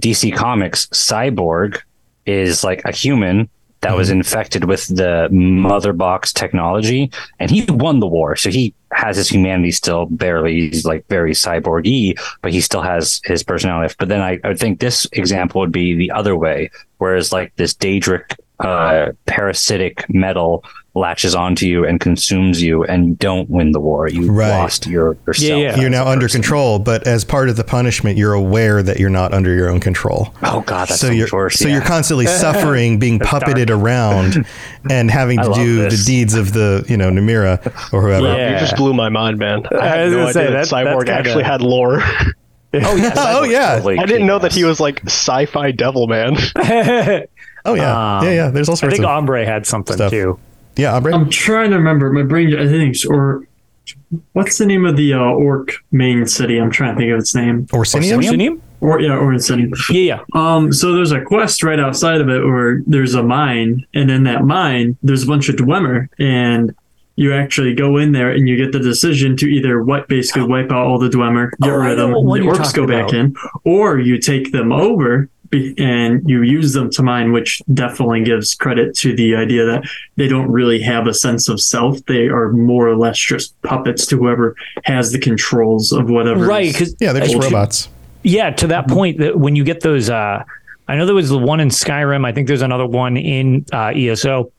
Speaker 5: DC Comics Cyborg is like a human that was
Speaker 3: Mm-hmm.
Speaker 5: infected with the mother box technology, and he won the war, so he has his humanity still barely. He's like very cyborg-y, but he still has his personality. But then I, I would think this example would be the other way, whereas like this Daedric uh, parasitic metal latches onto you and consumes you, and you don't win the war. You
Speaker 2: Right.
Speaker 5: lost your yourself.
Speaker 3: yeah.
Speaker 2: you're
Speaker 5: as
Speaker 2: now
Speaker 5: a
Speaker 2: under
Speaker 5: person.
Speaker 2: control, but as part of the punishment, you're aware that you're not under your own control.
Speaker 5: Oh god, that's
Speaker 2: so you're
Speaker 5: worse.
Speaker 2: so you're
Speaker 5: [LAUGHS]
Speaker 2: constantly suffering, being puppeted around, and having
Speaker 5: I
Speaker 2: to
Speaker 5: love
Speaker 2: do
Speaker 5: this.
Speaker 2: the deeds of the you know Namira or whoever.
Speaker 3: Yeah.
Speaker 4: You just blew my mind, man. I
Speaker 3: I
Speaker 4: had
Speaker 3: was
Speaker 4: no
Speaker 3: gonna
Speaker 4: idea
Speaker 3: say,
Speaker 4: that,
Speaker 3: that- that's
Speaker 4: Cyborg
Speaker 3: kinda-
Speaker 4: actually had lore. [LAUGHS]
Speaker 5: oh yeah,
Speaker 2: [LAUGHS] Oh, yeah.
Speaker 4: I didn't know that he was like sci-fi devil
Speaker 3: [LAUGHS]
Speaker 4: man.
Speaker 2: Oh yeah,
Speaker 3: Um,
Speaker 2: yeah, yeah. There's all
Speaker 3: I
Speaker 2: sorts
Speaker 3: think
Speaker 2: of
Speaker 3: Ombre had something
Speaker 2: stuff.
Speaker 3: too.
Speaker 2: yeah. Ombre?
Speaker 10: I'm trying to remember. My brain, I think, it's- or what's the name of the uh, orc main city? I'm trying to think of its name.
Speaker 2: Orsinium?
Speaker 3: Orsinium?
Speaker 10: Or yeah, Ornstein.
Speaker 3: Yeah, yeah.
Speaker 10: Um, so there's a quest right outside of it where there's a mine, and in that mine, there's a bunch of Dwemer, and you actually go in there and you get the decision to either what basically wipe out all the Dwemer, get
Speaker 3: Oh, I
Speaker 10: rid of them,
Speaker 3: know
Speaker 10: the
Speaker 3: what one you're
Speaker 10: orcs go
Speaker 3: talking
Speaker 10: back
Speaker 3: about.
Speaker 10: in, or you take them over be- and you use them to mine, which definitely gives credit to the idea that they don't really have a sense of self. They are more or less just puppets to whoever has the controls of whatever. is-
Speaker 3: Right, because
Speaker 2: Yeah, they're just
Speaker 3: Well, to-
Speaker 2: robots.
Speaker 3: yeah to
Speaker 2: Mm-hmm.
Speaker 3: that point that when you get those uh i know there was the one in skyrim i think there's another one in uh eso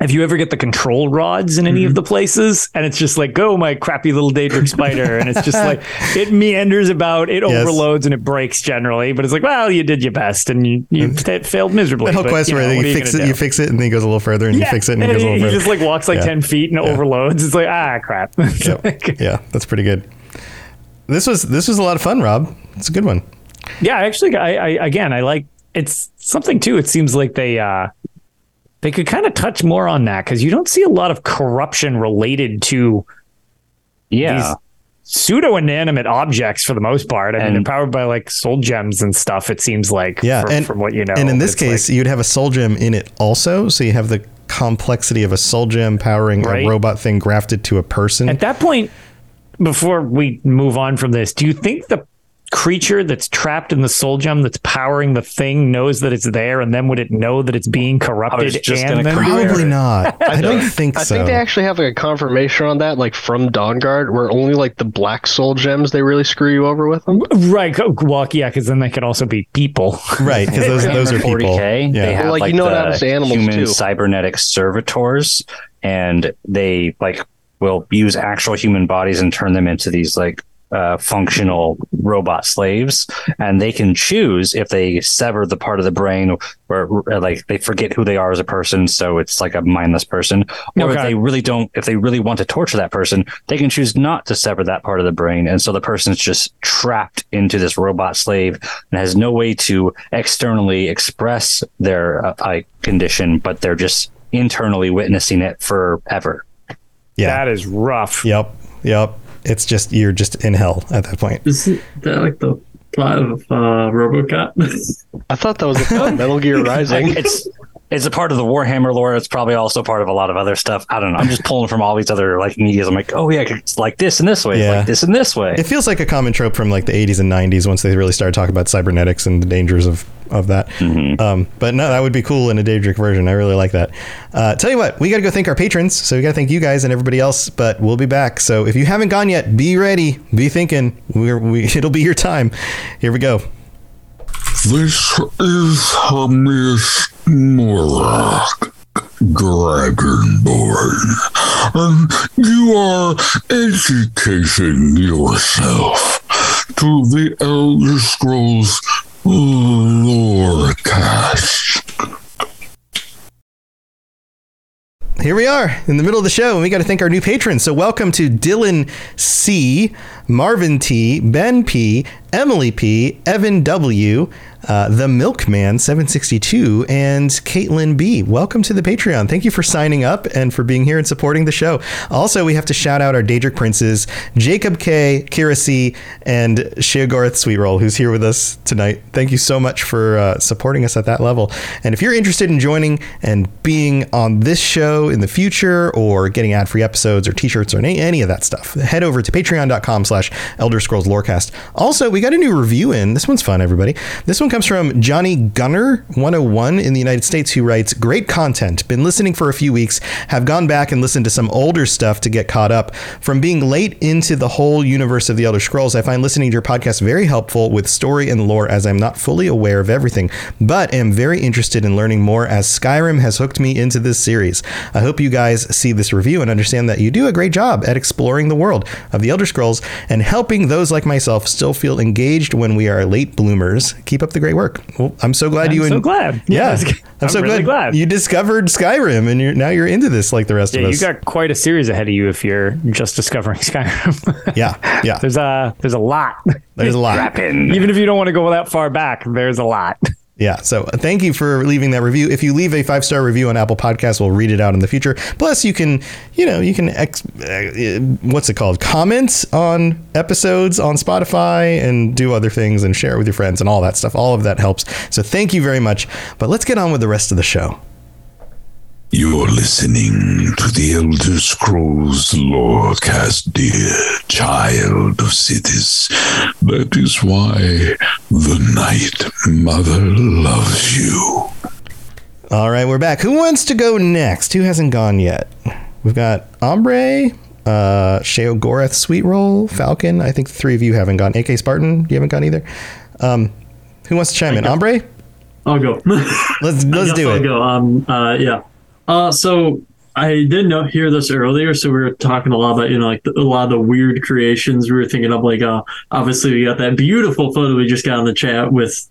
Speaker 3: if you ever get the control rods in any
Speaker 2: Mm-hmm.
Speaker 3: of the places and it's just like go my crappy little daedric spider and it's
Speaker 2: [LAUGHS]
Speaker 3: just like it meanders about it
Speaker 2: Yes.
Speaker 3: overloads and it breaks generally but it's like well you did your best and you, you it failed
Speaker 2: Mm-hmm.
Speaker 3: miserably
Speaker 2: That whole
Speaker 3: but,
Speaker 2: quest
Speaker 3: you
Speaker 2: where
Speaker 3: know, what
Speaker 2: you
Speaker 3: are
Speaker 2: fix
Speaker 3: gonna
Speaker 2: it, you
Speaker 3: do?
Speaker 2: fix it, and then he goes a little further, and
Speaker 3: yeah,
Speaker 2: you fix it, and he
Speaker 3: [LAUGHS]
Speaker 2: goes a
Speaker 3: he
Speaker 2: little
Speaker 3: just
Speaker 2: further.
Speaker 3: like walks like
Speaker 2: Yeah.
Speaker 3: 10 feet and overloads it's like ah crap It's like-
Speaker 2: Yep. Yeah, that's pretty good. This was this was a lot of fun, Rob. It's a good one.
Speaker 3: Yeah, actually, I, I again, I like it's something too. It seems like they uh they could kind of touch more on that because you don't see a lot of corruption related to
Speaker 5: Yeah,
Speaker 3: these pseudo inanimate objects for the most part. I mean,
Speaker 5: And-
Speaker 3: they're powered by like soul gems and stuff. It seems like
Speaker 2: Yeah,
Speaker 3: from,
Speaker 2: and-
Speaker 3: from what you know.
Speaker 2: and in this
Speaker 3: It's like-
Speaker 2: case, you'd have a soul gem in it also, so you have the complexity of a soul gem powering
Speaker 3: Right.
Speaker 2: a robot thing grafted to a person.
Speaker 3: At that point, before we move on from this, do you think the creature that's trapped in the soul gem that's powering the thing knows that it's there, and then would it know that it's being corrupted?
Speaker 5: just
Speaker 3: and
Speaker 5: gonna
Speaker 3: then
Speaker 5: correct-
Speaker 2: Probably not. I don't think
Speaker 4: I
Speaker 2: so.
Speaker 4: think they actually have like, a confirmation on that, like from Dawnguard, where only like the black soul gems they really screw you over with them.
Speaker 3: [LAUGHS] Right, co- well, yeah, because then they could also be people.
Speaker 2: right, because those those are people.
Speaker 5: 40k.
Speaker 2: Yeah.
Speaker 5: They have
Speaker 4: Well,
Speaker 5: like,
Speaker 4: like, you know
Speaker 5: the
Speaker 4: that it's animals,
Speaker 5: human
Speaker 4: too.
Speaker 5: cybernetic servitors, and they like will use actual human bodies and turn them into these like uh, functional robot slaves, and they can choose if they sever the part of the brain where uh, like they forget who they are as a person, so it's like a mindless person, or if
Speaker 3: Okay.
Speaker 5: they really don't, if they really want to torture that person, they can choose not to sever that part of the brain, and so the person's just trapped into this robot slave and has no way to externally express their uh, like, condition, but they're just internally witnessing it forever.
Speaker 2: Yeah.
Speaker 3: That is rough.
Speaker 2: Yep. Yep. It's just you're just in hell at that point.
Speaker 10: Isn't that like the plot of uh, RoboCop?
Speaker 4: I thought that was a Metal Gear Rising.
Speaker 5: [LAUGHS] It's it's a part of the Warhammer lore. It's probably also part of a lot of other stuff. I don't know. I'm just pulling from all these other like medias. I'm like, oh yeah, it's like this and this way, it's
Speaker 2: Yeah.
Speaker 5: like this and this way.
Speaker 2: It feels like a common trope from like the 80s and 90s once they really started talking about cybernetics and the dangers of of that.
Speaker 5: Mm-hmm.
Speaker 2: Um, but no, that would be cool in a Daedric version. I really like that. Uh, tell you what, we got to go thank our patrons. So we got to thank you guys and everybody else. But we'll be back. So if you haven't gone yet, be ready, be thinking. We're, we [LAUGHS] it'll be your time. Here we go.
Speaker 1: This is Hamish Morak, Dragonborn, and you are educating yourself to the Elder Scrolls uh, Lorecast.
Speaker 2: Here we are in the middle of the show, and we got to thank our new patrons. So, welcome to Dylan C, Marvin T, Ben P, Emily P, Evan W, uh, the Milkman 762, and Caitlin B. Welcome to the Patreon. Thank you for signing up and for being here and supporting the show. Also, we have to shout out our Daedric princes, Jacob K, Kira C, and Sheogarth Sweetroll, who's here with us tonight. Thank you so much for uh, supporting us at that level. And if you're interested in joining and being on this show in the future or getting ad-free episodes or t-shirts or any, any of that stuff, head over to patreon.com slash Elder Scrolls Lorecast. Also, we got a new review in. This one's fun, everybody. This one comes from Johnny Gunner 101 in the United States who writes, "Great content. Been listening for a few weeks. Have gone back and listened to some older stuff to get caught up. From being late into the whole universe of the Elder Scrolls, I find listening to your podcast very helpful with story and lore as I'm not fully aware of everything, but am very interested in learning more as Skyrim has hooked me into this series. I hope you guys see this review and understand that you do a great job at exploring the world of the Elder Scrolls and helping those like myself still feel engaged when we are late bloomers. Keep up the great work. Well, I'm so glad you
Speaker 3: I'm
Speaker 2: and
Speaker 3: so glad.
Speaker 2: Yeah,
Speaker 3: it's-
Speaker 2: I'm, so
Speaker 3: really
Speaker 2: glad,
Speaker 3: glad.
Speaker 2: you discovered Skyrim and you're now you're into this like the rest
Speaker 3: yeah,
Speaker 2: of
Speaker 3: you
Speaker 2: us.
Speaker 3: got quite a series ahead of you if you're just discovering [LAUGHS] Skyrim.
Speaker 2: yeah, yeah.
Speaker 3: there's a there's a lot.
Speaker 2: There's a lot.
Speaker 3: Even if you don't want to go that far back, there's a lot.
Speaker 2: Yeah. So thank you for leaving that review. If you leave a five star review on Apple Podcasts, we'll read it out in the future. Plus, you can, you know, you can, ex- uh, what's it called? Comments on episodes on Spotify and do other things and share it with your friends and all that stuff. All of that helps. So thank you very much. But let's get on with the rest of the show.
Speaker 1: You're listening to the Elder Scrolls Lorecast, dear child of cities. That is why the Night Mother loves you.
Speaker 2: All right, we're back. Who wants to go next? Who hasn't gone yet? We've got Ombre, uh, Sheo Gorath, Sweet Roll, Falcon. I think the three of you haven't gone. AK Spartan, you haven't gone either. Um, who wants to chime in? Ombre,
Speaker 10: I'll go.
Speaker 2: [LAUGHS] let's let's
Speaker 10: guess
Speaker 2: do
Speaker 10: I'll
Speaker 2: it.
Speaker 10: Go. Um, uh, yeah. Uh, so I did not hear this earlier. So we were talking a lot about you know like the, a lot of the weird creations. We were thinking of like uh, obviously we got that beautiful photo we just got in the chat with.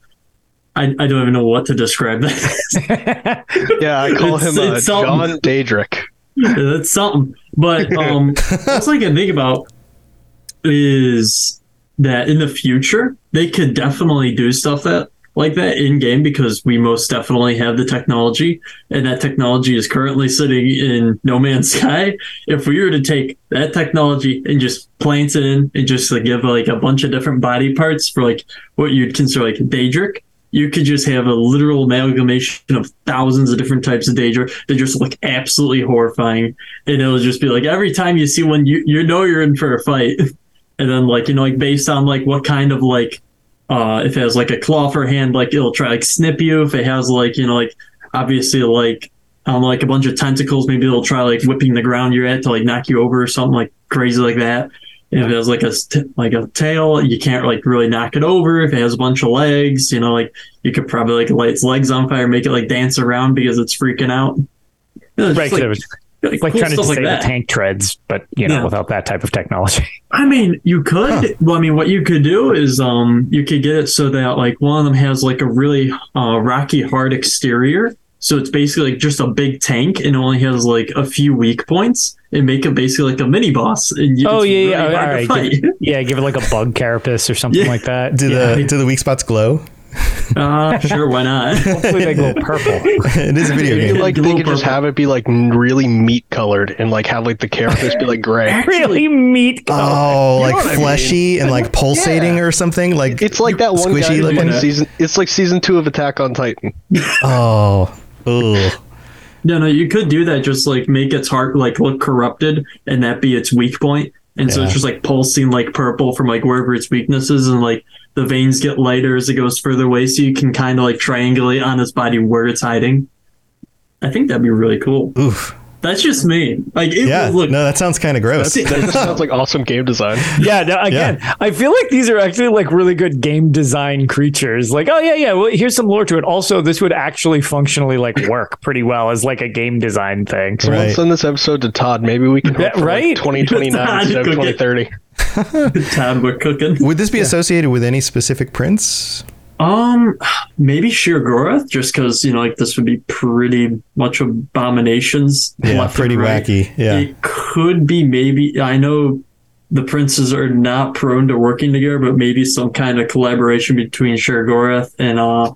Speaker 10: I, I don't even know what to describe that.
Speaker 4: Yeah, I call
Speaker 10: It's-
Speaker 4: him uh,
Speaker 10: it's something.
Speaker 4: John Daedric.
Speaker 10: That's something.
Speaker 4: [LAUGHS]
Speaker 10: But um, that's I can think about is that in the future they could definitely do stuff that like that in game because we most definitely have the technology and that technology is currently sitting in no man's sky if we were to take that technology and just plant it in and just like, give like a bunch of different body parts for like what you'd consider like daedric you could just have a literal amalgamation of thousands of different types of daedric that just look absolutely horrifying and it'll just be like every time you see one you, you know you're in for a fight [LAUGHS] and then like you know like based on like what kind of like uh if it has like a claw for a hand like it'll try like snip you if it has like you know like obviously like um like a bunch of tentacles maybe it'll try like whipping the ground you're at to like knock you over or something like crazy like that and if it has like a st- like a tail you can't like really knock it over if it has a bunch of legs you know like you could probably like light its legs on fire make it like dance around because it's freaking out You know, just,
Speaker 3: right. 'cause it was
Speaker 10: like,
Speaker 3: like
Speaker 10: cool
Speaker 3: trying to
Speaker 10: stuff
Speaker 3: save
Speaker 10: that.
Speaker 3: the tank treads, but you know,
Speaker 10: Yeah.
Speaker 3: without that type of
Speaker 10: [LAUGHS]
Speaker 3: technology.
Speaker 10: I mean, you could. Well, I mean, what you could do is um, you could get it so that like one of them has like a really uh, rocky hard exterior, so it's basically like just a big tank and only has like a few weak points, and make it basically like a mini boss. And you,
Speaker 3: Oh
Speaker 10: it's
Speaker 3: yeah, yeah.
Speaker 10: really
Speaker 3: all
Speaker 10: hard to
Speaker 3: right.
Speaker 10: fight.
Speaker 3: Give, yeah, give it like a bug carapace or something
Speaker 10: Yeah.
Speaker 3: like that.
Speaker 2: Do
Speaker 3: yeah.
Speaker 2: the do the weak spots glow?
Speaker 10: [LAUGHS] Uh, sure, why not?
Speaker 3: Hopefully they go
Speaker 2: [LAUGHS]
Speaker 3: purple.
Speaker 2: it is a video game.
Speaker 4: Like they could just have it be like n- really meat colored and like have like the characters be like
Speaker 3: [LAUGHS]
Speaker 4: gray.
Speaker 3: really meat.
Speaker 2: Oh, like
Speaker 4: what I mean.
Speaker 2: fleshy
Speaker 4: [LAUGHS]
Speaker 2: and like pulsating or something. Like
Speaker 4: It's like that one
Speaker 2: Squishy
Speaker 4: guy in
Speaker 2: looking.
Speaker 4: season. It's like season two of Attack on Titan.
Speaker 2: oh, ooh.
Speaker 10: No, no, you could do that. Just like make its heart like look corrupted, and that be its weak point. And so
Speaker 2: Yeah.
Speaker 10: it's just like pulsing like purple from like wherever its weakness is, and like the veins get lighter as it goes further away, so you can kind of like triangulate on its body where it's hiding. I think that'd be really cool.
Speaker 2: oof.
Speaker 10: That's just me. Like it
Speaker 2: Yeah,
Speaker 10: would look.
Speaker 2: no, that sounds kind of gross.
Speaker 4: That
Speaker 2: [LAUGHS]
Speaker 4: just sounds like awesome game design.
Speaker 3: [LAUGHS] Yeah, no, again, I feel like these are actually like really good game design creatures. Like, oh yeah, yeah. Well, here's some lore to it. Also, this would actually
Speaker 2: [LAUGHS]
Speaker 3: functionally like work pretty well as like a game design thing.
Speaker 4: Someone
Speaker 2: Right.
Speaker 4: send this episode to Todd.
Speaker 10: [LAUGHS]
Speaker 4: Maybe we can hope
Speaker 3: Yeah,
Speaker 4: for, like,
Speaker 3: right?
Speaker 4: 2029 instead of
Speaker 10: Cook it.
Speaker 4: 2030.
Speaker 10: Todd, we're cooking.
Speaker 2: Would this be associated with any specific prints?
Speaker 10: Um, maybe Shirgorath, just because you know, like this would be pretty much abominations.
Speaker 2: Yeah,
Speaker 10: left and
Speaker 2: pretty
Speaker 10: right.
Speaker 2: wacky. Yeah.
Speaker 10: It could be maybe I know the princes are not prone to working together, but maybe some kind of collaboration between Shergorath and uh,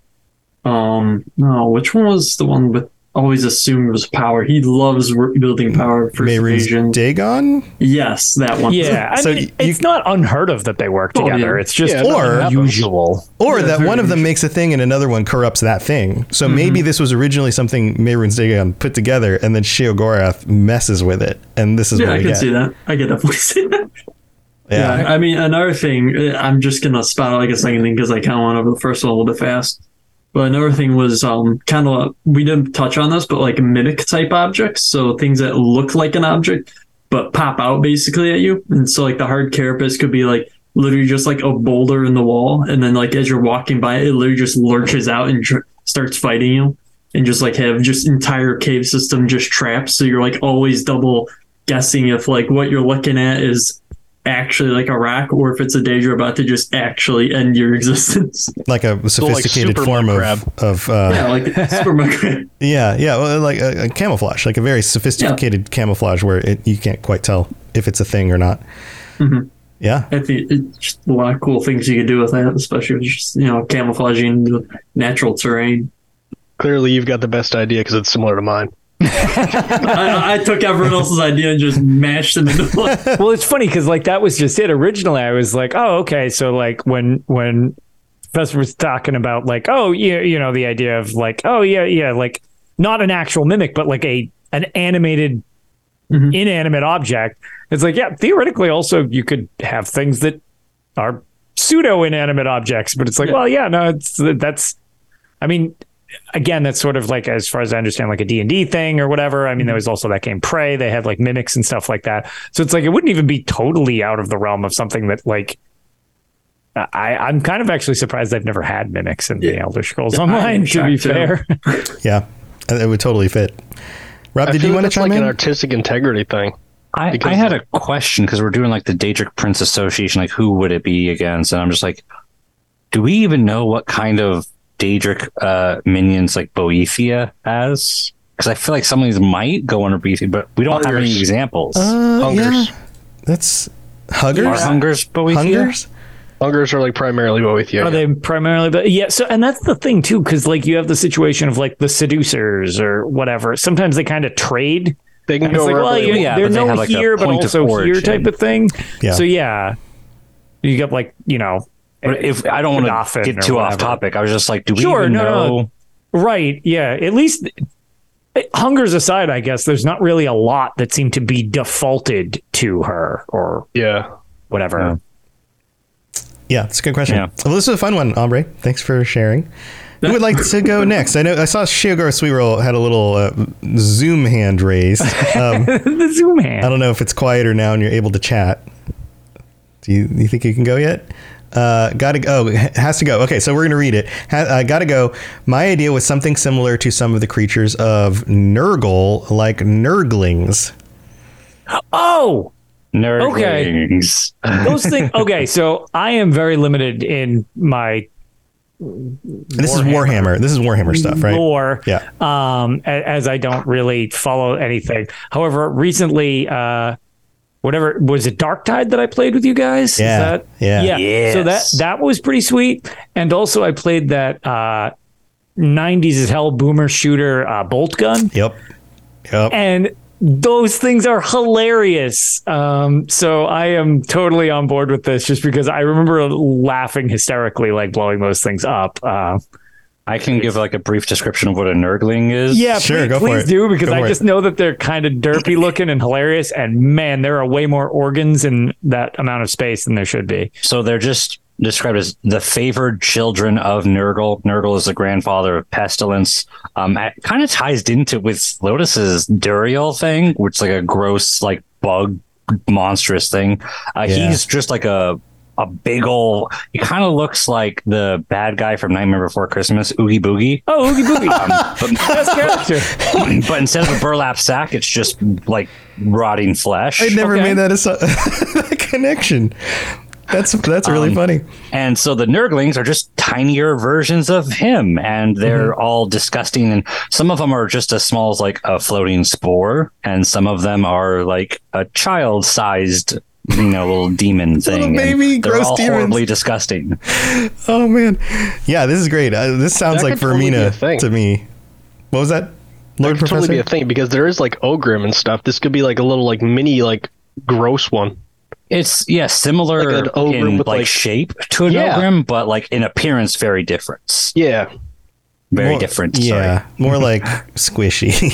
Speaker 10: um, no, which one was the one with always assumed was power? He loves wor- building power for
Speaker 2: Mehrunes
Speaker 10: invasion.
Speaker 2: Dagon?
Speaker 10: yes, that one.
Speaker 3: Yeah, I
Speaker 2: So
Speaker 3: mean,
Speaker 2: you-
Speaker 3: it's not unheard of that they work
Speaker 10: Oh, yeah.
Speaker 3: together. It's just
Speaker 4: Yeah,
Speaker 2: Or-
Speaker 3: unusual.
Speaker 2: Or
Speaker 10: Yeah,
Speaker 2: that
Speaker 10: very
Speaker 2: one of them makes a thing and another one corrupts that thing. So
Speaker 4: Mm-hmm.
Speaker 2: maybe this was originally something Mehrunes Dagon put together and then Sheogorath messes with it. And this is
Speaker 10: Yeah,
Speaker 2: what
Speaker 10: I
Speaker 2: we
Speaker 10: can
Speaker 2: get.
Speaker 10: see that. I can definitely [LAUGHS] see that.
Speaker 2: Yeah.
Speaker 10: I mean, another thing, uh, I'm just going to spot out like a second thing because I kind of went over the first one a little bit fast. But another thing was um, kind of, we didn't touch on this, but like mimic type objects. So things that look like an object, but pop out basically at you. And so, like, the hard carapace could be like literally just like a boulder in the wall. And then, like, as you're walking by, it literally just lurches out and tr- starts fighting you. And just like have just entire cave system just trapped. So you're like always double guessing if like what you're looking at is actually like a rock or if it's a danger about to just actually end your [LAUGHS] existence.
Speaker 2: Like a sophisticated
Speaker 4: super
Speaker 2: form
Speaker 4: crab.
Speaker 2: of, of uh,
Speaker 10: yeah, like Super Mario. [LAUGHS]
Speaker 2: Yeah, yeah, well, like a, a camouflage, like a very sophisticated camouflage where it, you can't quite tell if it's a thing or not.
Speaker 10: Mhm.
Speaker 2: Yeah,
Speaker 10: I think it's just a lot of cool things you could do with that, especially with just you know camouflaging the natural terrain.
Speaker 4: Clearly, you've got the best idea because it's similar to mine.
Speaker 10: [LAUGHS] I, I took everyone else's idea and just mashed them into one.
Speaker 3: [LAUGHS] well, it's funny because like that was just it. Originally, I was like, oh, okay. So like when when Professor was talking about like, oh, you you know the idea of like, oh yeah yeah like not an actual mimic, but like a an animated
Speaker 10: Mhm.
Speaker 3: inanimate object. It's like yeah, theoretically, also you could have things that are pseudo inanimate objects, but it's like,
Speaker 10: Yeah.
Speaker 3: well, yeah, no, it's that's. I mean, again that's sort of like as far as i understand like a d&d thing or whatever i mean there was also that game prey they had like mimics and stuff like that so it's like it wouldn't even be totally out of the realm of something that like I, I'm kind of actually surprised they've never had mimics in the
Speaker 2: [LAUGHS]
Speaker 3: Elder Scrolls Online. To be
Speaker 10: shocked, too.
Speaker 3: fair,
Speaker 2: yeah, it would totally fit. Rob,
Speaker 4: I
Speaker 2: did
Speaker 4: feel
Speaker 2: you
Speaker 4: like
Speaker 2: want to
Speaker 4: that's
Speaker 2: chime
Speaker 4: like an
Speaker 2: in?
Speaker 4: artistic integrity thing.
Speaker 5: I,
Speaker 4: Because-
Speaker 5: I had a question because we're doing like the Daedric Prince Association, like who would it be against? And I'm just like, do we even know what kind of Daedric uh, minions like Boethia has? Because I feel like some of these might go under Boethia, but we don't have any
Speaker 4: Hungers.
Speaker 5: examples.
Speaker 2: uh, yeah,
Speaker 4: Hungers.
Speaker 2: that's
Speaker 5: Are
Speaker 2: huggers.
Speaker 5: Hungers Boethia?
Speaker 2: Hungers.
Speaker 4: Hungers are like primarily what with you.
Speaker 3: are they primarily? But yeah, so and that's the thing too, because like you have the situation of like the seducers or whatever. Sometimes they kind of trade
Speaker 4: They can
Speaker 3: And it's
Speaker 4: go
Speaker 3: like,
Speaker 4: wherever
Speaker 3: well,
Speaker 4: they
Speaker 3: you,
Speaker 4: want.
Speaker 5: yeah,
Speaker 3: they're
Speaker 5: but they
Speaker 3: no
Speaker 5: have, like, a
Speaker 3: here, but
Speaker 5: point of
Speaker 3: also here
Speaker 5: origin.
Speaker 3: type of thing.
Speaker 2: Yeah.
Speaker 3: So yeah, you got like you know,
Speaker 5: But if I don't want to
Speaker 3: Godolphin
Speaker 5: get
Speaker 3: or
Speaker 5: too off
Speaker 3: whatever.
Speaker 5: topic, I was just like, do we
Speaker 3: Sure,
Speaker 5: even
Speaker 3: no, no.
Speaker 5: know?
Speaker 3: right? Yeah, at least hungers aside, I guess there's not really a lot that seem to be defaulted to her or
Speaker 4: Yeah.
Speaker 3: whatever.
Speaker 5: Yeah.
Speaker 2: Yeah, it's a good question.
Speaker 5: Yeah.
Speaker 2: Well, this is a fun one, Ombre. Thanks for sharing. Who would like to go next? I know I saw Sheogar Sweetroll had a little uh, Zoom hand raised. Um,
Speaker 3: [LAUGHS] the Zoom hand.
Speaker 2: I don't know if it's quieter now and you're able to chat. Do you, you think you can go yet? Uh, gotta go. Oh, it has to go. Okay, so we're gonna read it. Ha, uh, gotta go. My idea was something similar to some of the creatures of Nurgle, like Nurglings.
Speaker 3: Oh,
Speaker 5: Nerdlings.
Speaker 3: those things. Okay, so I am very limited in my
Speaker 2: This is Warhammer. This is Warhammer stuff, right?
Speaker 3: lore.
Speaker 2: Yeah.
Speaker 3: um, a- as I don't really follow anything. However, recently, uh, whatever was it, Dark Tide that I played with you guys. Is
Speaker 2: Yeah,
Speaker 3: that-
Speaker 2: yeah.
Speaker 3: yeah. So that
Speaker 5: Yes.
Speaker 3: that was pretty sweet. And also, I played that uh, '90s as hell boomer shooter uh, bolt gun,
Speaker 2: Yep. Yep.
Speaker 3: and those things are hilarious. Um, so I am totally on board with this, just because I remember laughing hysterically, like blowing those things up. Uh,
Speaker 5: I can give like a brief description of what a nerdling is.
Speaker 3: Yeah,
Speaker 2: Sure,
Speaker 3: please,
Speaker 2: go for
Speaker 3: please
Speaker 2: it.
Speaker 3: do because
Speaker 2: Go for
Speaker 3: I
Speaker 2: it.
Speaker 3: just know that they're kind of [LAUGHS] derpy looking and hilarious. And man, there are way more organs in that amount of space than there should be.
Speaker 5: So they're just described as the favored children of Nurgle. Nurgle is the grandfather of pestilence. Um, it kind of ties into with Lotus's Duriel thing, which is like a gross, like bug, monstrous thing. Uh,
Speaker 2: Yeah.
Speaker 5: He's just like a a big ol' He kind of looks like the bad guy from Nightmare Before Christmas, Oogie Boogie.
Speaker 3: Oh, Oogie Boogie,
Speaker 5: [LAUGHS]
Speaker 3: [LAUGHS]
Speaker 5: Um,
Speaker 3: best character.
Speaker 5: [LAUGHS] but, but instead of a burlap sack, it's just like rotting flesh.
Speaker 2: I never
Speaker 3: okay.
Speaker 2: made that, asso- that connection. That's [LAUGHS] that's really
Speaker 3: Um,
Speaker 2: funny.
Speaker 5: Um, And so the Nurglings are just tinier versions of him, and they're
Speaker 2: Mm-hmm.
Speaker 5: all disgusting. And some of them are just as small as like a floating spore, and some of them are like a child sized you
Speaker 2: [LAUGHS]
Speaker 5: know little demon thing. and
Speaker 2: baby
Speaker 5: they're
Speaker 2: gross
Speaker 5: all
Speaker 2: demons.
Speaker 5: horribly disgusting.
Speaker 2: [LAUGHS] Oh man, yeah, this is great. Uh, this sounds
Speaker 4: That
Speaker 2: like
Speaker 4: could totally be a
Speaker 2: Vermina
Speaker 4: thing.
Speaker 2: to me. What was that,
Speaker 4: That
Speaker 2: Lord
Speaker 4: could
Speaker 2: Professor?
Speaker 4: totally be a thing because there is like ogrim and stuff. This could be like a little like mini like gross one.
Speaker 5: It's yeah, similar
Speaker 4: Like an ogre
Speaker 5: in
Speaker 4: with,
Speaker 5: like,
Speaker 4: like-
Speaker 5: shape to an
Speaker 4: Yeah.
Speaker 5: ogrim, but like in appearance, very different.
Speaker 4: Yeah,
Speaker 5: Very
Speaker 2: More-
Speaker 5: different.
Speaker 2: Yeah,
Speaker 5: sorry. [LAUGHS]
Speaker 2: more like squishy. [LAUGHS]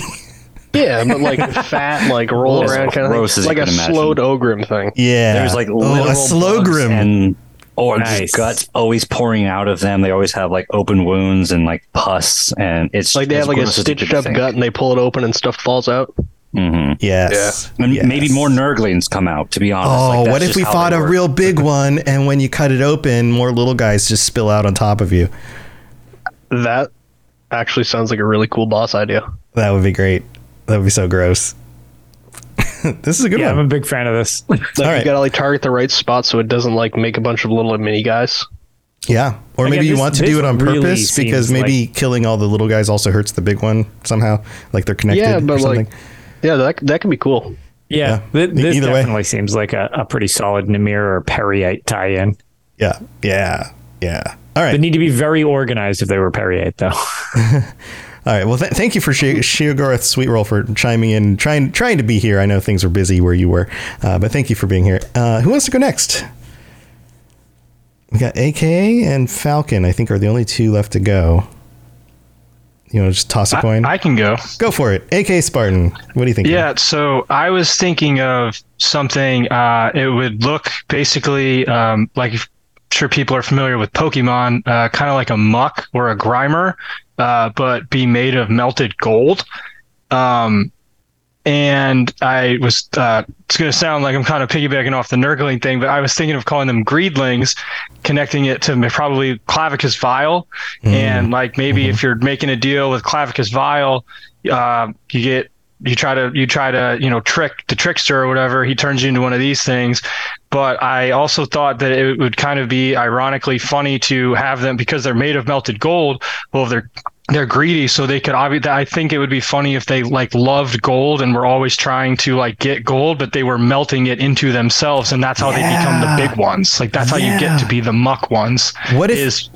Speaker 4: yeah, but [LAUGHS] like fat, like roll
Speaker 5: As
Speaker 4: around kind of
Speaker 5: gross as you
Speaker 4: like a
Speaker 5: can imagine.
Speaker 4: slowed ogrim thing.
Speaker 2: yeah,
Speaker 5: There's like
Speaker 2: oh,
Speaker 5: literal
Speaker 2: a slowgrim.
Speaker 5: bugs and or
Speaker 3: Nice.
Speaker 5: just guts always pouring out of them. They always have like open wounds and like pus, and it's
Speaker 4: Like they
Speaker 5: as
Speaker 4: have like a
Speaker 5: gross as you
Speaker 4: stitched
Speaker 5: could
Speaker 4: up
Speaker 5: think.
Speaker 4: gut and they pull it open and stuff falls out.
Speaker 5: Mhm.
Speaker 2: yes.
Speaker 5: And
Speaker 2: yes.
Speaker 5: maybe more nerglings come out. To be honest,
Speaker 2: Oh,
Speaker 5: Like, that's
Speaker 2: what if
Speaker 5: just
Speaker 2: we
Speaker 5: how
Speaker 2: fought
Speaker 5: they
Speaker 2: a
Speaker 5: work.
Speaker 2: real
Speaker 5: [LAUGHS]
Speaker 2: big one, and when you cut it open, more little guys just spill out on top of you?
Speaker 4: That actually sounds like a really cool boss idea.
Speaker 2: That would be great. That would be so gross. this is a good
Speaker 3: Yeah, I'm
Speaker 2: one.
Speaker 3: a big fan of this.
Speaker 4: [LAUGHS] Like
Speaker 2: All
Speaker 4: you
Speaker 2: right.
Speaker 4: gotta like target the right spot so it doesn't like make a bunch of little mini guys.
Speaker 2: Yeah, or maybe
Speaker 3: Again,
Speaker 2: you
Speaker 3: this-
Speaker 2: want to
Speaker 3: this
Speaker 2: do it on
Speaker 3: really
Speaker 2: purpose because
Speaker 3: seems
Speaker 2: maybe killing all the little guys also hurts the big one somehow. Like they're connected.
Speaker 4: Yeah,
Speaker 2: or
Speaker 4: but
Speaker 2: something.
Speaker 4: like yeah, that that could be cool.
Speaker 3: Yeah, E-,
Speaker 2: Yeah.
Speaker 3: thi- this
Speaker 2: Either way.
Speaker 3: definitely seems like a, a pretty solid Namir or Periite tie-in.
Speaker 2: Yeah, yeah, yeah. All right,
Speaker 3: They need to be very organized if they were Periite, though.
Speaker 2: [LAUGHS] all right. Well, th- thank you for Shi- Shiogoreth Sweet Roll for chiming in, trying trying to be here. I know things were busy where you were, uh, but thank you for being here. Uh, who wants to go next? We got AKA and Falcon. I think are the only two left to go. You know, just toss a
Speaker 9: I,
Speaker 2: coin.
Speaker 9: I can go.
Speaker 2: go for it. AKA Spartan. What do you think?
Speaker 9: Yeah, so I was thinking of something. Uh, it would look basically um, like, I'm sure people are familiar with Pokemon, uh, kind of like a muck or a grimer, uh, but be made of melted gold. Um, and I was, uh, it's going to sound like I'm kind of piggybacking off the Nurgling thing, but I was thinking of calling them greedlings, connecting it to m- probably Clavicus Vile. And like maybe if you're making a deal with Clavicus Vile, uh, you get you try to you try to you know trick the trickster or whatever he turns you into one of these things but i also thought that it would kind of be ironically funny to have them because they're made of melted gold well they're they're greedy so they could obviously i think it would be funny if they like loved gold and were always trying to like get gold but they were melting it into themselves and that's how they become the big ones like that's how you
Speaker 2: Yeah.
Speaker 9: get to be the muck ones
Speaker 2: What if-
Speaker 9: is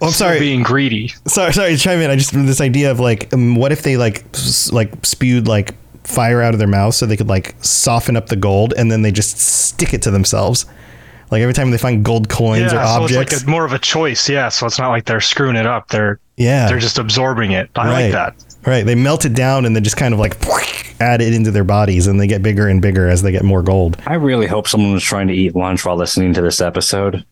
Speaker 2: Oh, I'm
Speaker 9: still
Speaker 2: sorry.
Speaker 9: being greedy
Speaker 2: sorry, sorry, to chime in. I just this idea of like, um, what if they like, s- like spewed like fire out of their mouths so they could like soften up the gold, and then they just stick it to themselves. Like every time they find gold coins
Speaker 9: so
Speaker 2: or objects,
Speaker 9: it's like a, more of a choice. Yeah, so it's not like they're screwing it up. They're
Speaker 2: yeah,
Speaker 9: they're just absorbing it. I
Speaker 2: Right.
Speaker 9: like that.
Speaker 2: right. They melt it down and then just kind of like [LAUGHS] add it into their bodies, and they get bigger and bigger as they get more gold.
Speaker 5: I really hope someone was trying to eat lunch while listening to
Speaker 2: [LAUGHS]
Speaker 5: this episode.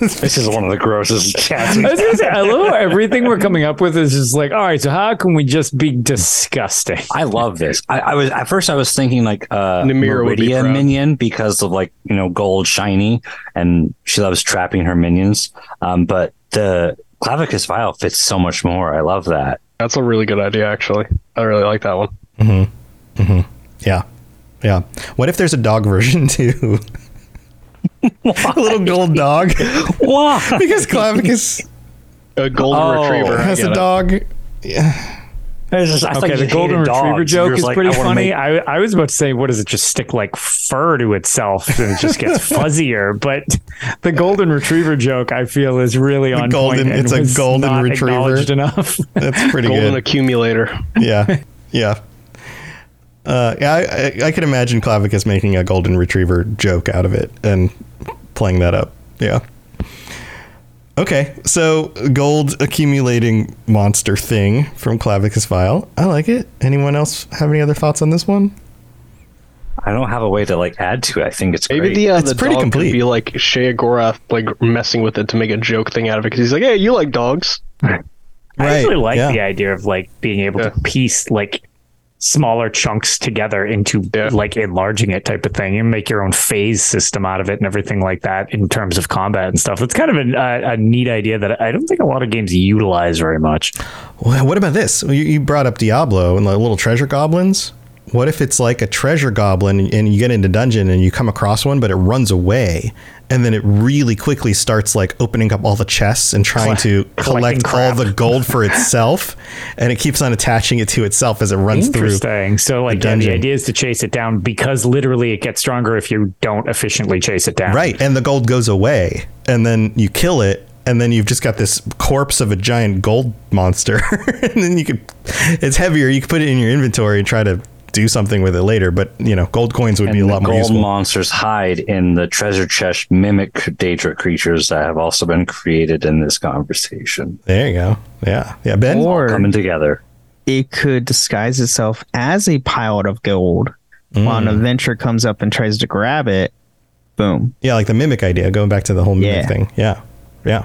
Speaker 5: this is one of the grossest chats.
Speaker 3: [LAUGHS] I was gonna say, I love how everything we're coming up with is just like, all right, so how can we just be disgusting?
Speaker 5: I love this. I, I was at first I was thinking like uh
Speaker 4: Namira would be
Speaker 5: Meridia
Speaker 4: proud.
Speaker 5: minion because of like, you know, gold shiny and she loves trapping her minions. Um, but the Clavicus Vile fits so much more. I love that.
Speaker 4: That's a really good idea actually. I really like that
Speaker 2: [LAUGHS]
Speaker 4: one.
Speaker 2: Mm-hmm. Yeah, yeah. What if there's a dog version [LAUGHS] too? a little gold
Speaker 5: [LAUGHS]
Speaker 3: [LAUGHS]
Speaker 2: dog
Speaker 5: Why?
Speaker 2: [LAUGHS] because Clavicus
Speaker 4: [LAUGHS] A golden
Speaker 5: Oh.
Speaker 4: retriever. I
Speaker 2: has
Speaker 4: get
Speaker 2: a
Speaker 4: it.
Speaker 2: dog.
Speaker 3: Okay, the golden retriever joke is pretty funny. I, I was about to say, what does it just stick like fur to itself and it just gets fuzzier? But the golden retriever joke, I feel, is really on
Speaker 2: golden-
Speaker 3: point. and
Speaker 2: it's a
Speaker 3: was
Speaker 2: golden
Speaker 3: not
Speaker 2: retriever.
Speaker 3: acknowledged enough.
Speaker 2: [LAUGHS] That's Oh, pretty
Speaker 4: Golden
Speaker 2: good.
Speaker 4: accumulator.
Speaker 2: yeah, yeah. Uh, yeah, I, I, I can imagine Clavicus making a golden retriever joke out of it and playing that up. Yeah. Okay, so gold accumulating monster thing from Clavicus Vile. I like it. Anyone else have any other thoughts on this one?
Speaker 5: I don't have a way to like add to it. I think it's
Speaker 4: Maybe
Speaker 5: great.
Speaker 4: the uh,
Speaker 2: It's
Speaker 4: the
Speaker 2: pretty
Speaker 4: dog
Speaker 2: complete.
Speaker 4: could be like Shea Gorath, like messing with it to make a joke thing out of it because he's like, "Hey, you like dogs?
Speaker 3: [LAUGHS] [LAUGHS] I actually like
Speaker 2: yeah.
Speaker 3: the idea of like being able to piece like smaller chunks together into
Speaker 4: Yeah.
Speaker 3: like enlarging it type of thing and make your own phase system out of it and everything like that in terms of combat and stuff. It's kind of an, uh, a, a neat idea that I don't think a lot of games utilize very much.
Speaker 2: Well, what about this? You, you brought up Diablo and the little treasure goblins. What if it's like a treasure goblin and you get into dungeon and you come across one, but it runs away, and then it really quickly starts like opening up all the chests and trying to collect all the gold for itself, and it keeps on attaching it to itself as it runs through.
Speaker 3: Interesting. So, like,
Speaker 2: the
Speaker 3: yeah, the
Speaker 2: dungeon.
Speaker 3: idea is to chase it down because literally it gets stronger if you don't efficiently chase it down.
Speaker 2: Right, and the gold goes away, and then you kill it, and then you've just got this corpse of a giant gold monster, [LAUGHS] and then you could it's heavier. You could put it in your inventory and try to do something with it later. But you know, gold coins would be a
Speaker 5: the
Speaker 2: lot more
Speaker 5: gold
Speaker 2: useful.
Speaker 5: monsters hide in the treasure chest mimic Daedra creatures that have also been created in this conversation.
Speaker 2: there you go. Yeah, yeah, Ben.
Speaker 8: Or
Speaker 5: Coming together.
Speaker 8: it could disguise itself as a pilot of gold while
Speaker 2: Mm.
Speaker 8: an adventurer comes up and tries to grab it. Boom.
Speaker 2: Yeah, like the mimic idea. Going back to the whole mimic
Speaker 8: Yeah.
Speaker 2: thing. Yeah, yeah.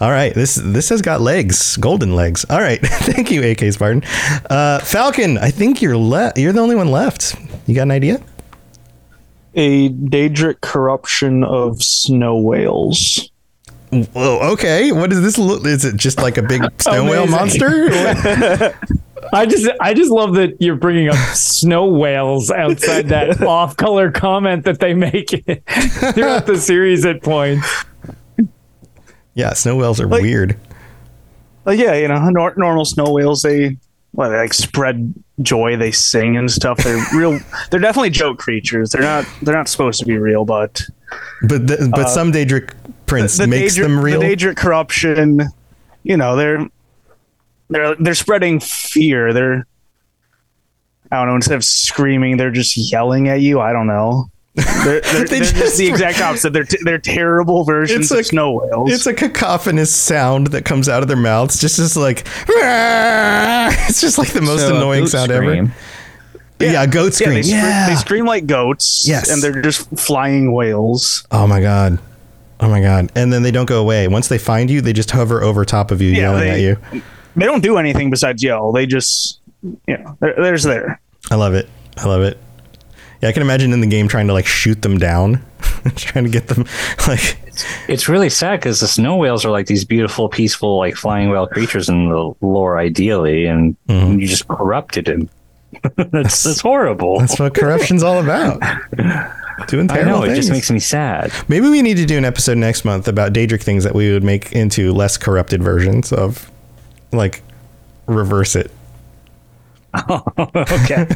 Speaker 2: All right, this this has got legs, golden legs. All right, [LAUGHS] thank you, AK Spartan. Uh, Falcon, I think you're le- you're the only one left. You got an idea?
Speaker 7: A Daedric corruption of snow whales.
Speaker 2: Whoa, okay. What does this look? Is it just like
Speaker 7: [LAUGHS]
Speaker 2: a big snow whale
Speaker 3: Amazing.
Speaker 2: monster? What-
Speaker 3: I just, I just love that you're bringing up snow whales outside that
Speaker 2: [LAUGHS]
Speaker 3: off-color comment that they make [LAUGHS] throughout the series at points.
Speaker 2: yeah, snow whales are
Speaker 7: Like-
Speaker 2: weird.
Speaker 7: Like uh, yeah, you know, nor- normal snow whales they well they like spread joy, they sing and stuff. They're real. They're definitely joke creatures. They're not. They're not supposed to be real, but
Speaker 2: But the, but some Daedric prince makes
Speaker 7: Daedric-
Speaker 2: them real.
Speaker 7: uh, The Daedric corruption, you know, they're they're they're spreading fear. They're I don't know. Instead of screaming, they're just yelling at you. I don't
Speaker 2: [LAUGHS]
Speaker 7: know. They're, they're,
Speaker 2: They
Speaker 7: they're just,
Speaker 2: just-
Speaker 7: the exact opposite. They're t- they're terrible versions
Speaker 2: like-
Speaker 7: of snow whales.
Speaker 2: it's a cacophonous sound that comes out of their mouths. Just just like [LAUGHS] it's just like the most
Speaker 8: So, a
Speaker 2: annoying
Speaker 8: goat
Speaker 2: sound ever.
Speaker 8: scream.
Speaker 2: Yeah, goat
Speaker 7: yeah,
Speaker 2: scream.
Speaker 7: they,
Speaker 2: Yeah.
Speaker 7: scre- they scream like goats.
Speaker 2: Yes.
Speaker 7: and they're just flying whales.
Speaker 2: oh my god. Oh my god. And then they don't go away. Once they find you, they just hover over top of you,
Speaker 7: Yeah,
Speaker 2: yelling
Speaker 7: they-
Speaker 2: at you.
Speaker 7: They don't do anything besides yell. They just you know they're, they're just there.
Speaker 2: I love it. I love it. Yeah, I can imagine in the game trying to like shoot them down, [LAUGHS] trying to get them [LAUGHS] like
Speaker 5: It's really sad because the snow whales are like these beautiful, peaceful, like flying whale creatures in the lore, ideally, and
Speaker 2: Mm-hmm.
Speaker 5: you just corrupted him. [LAUGHS] that's,
Speaker 2: [LAUGHS]
Speaker 5: that's horrible.
Speaker 2: That's what corruption's all about. Doing
Speaker 5: I
Speaker 2: terrible
Speaker 5: know. It
Speaker 2: things.
Speaker 5: just makes me sad.
Speaker 2: Maybe we need to do an episode next month about Daedric things that we would make into less corrupted versions of, like, reverse it. [LAUGHS]
Speaker 5: okay.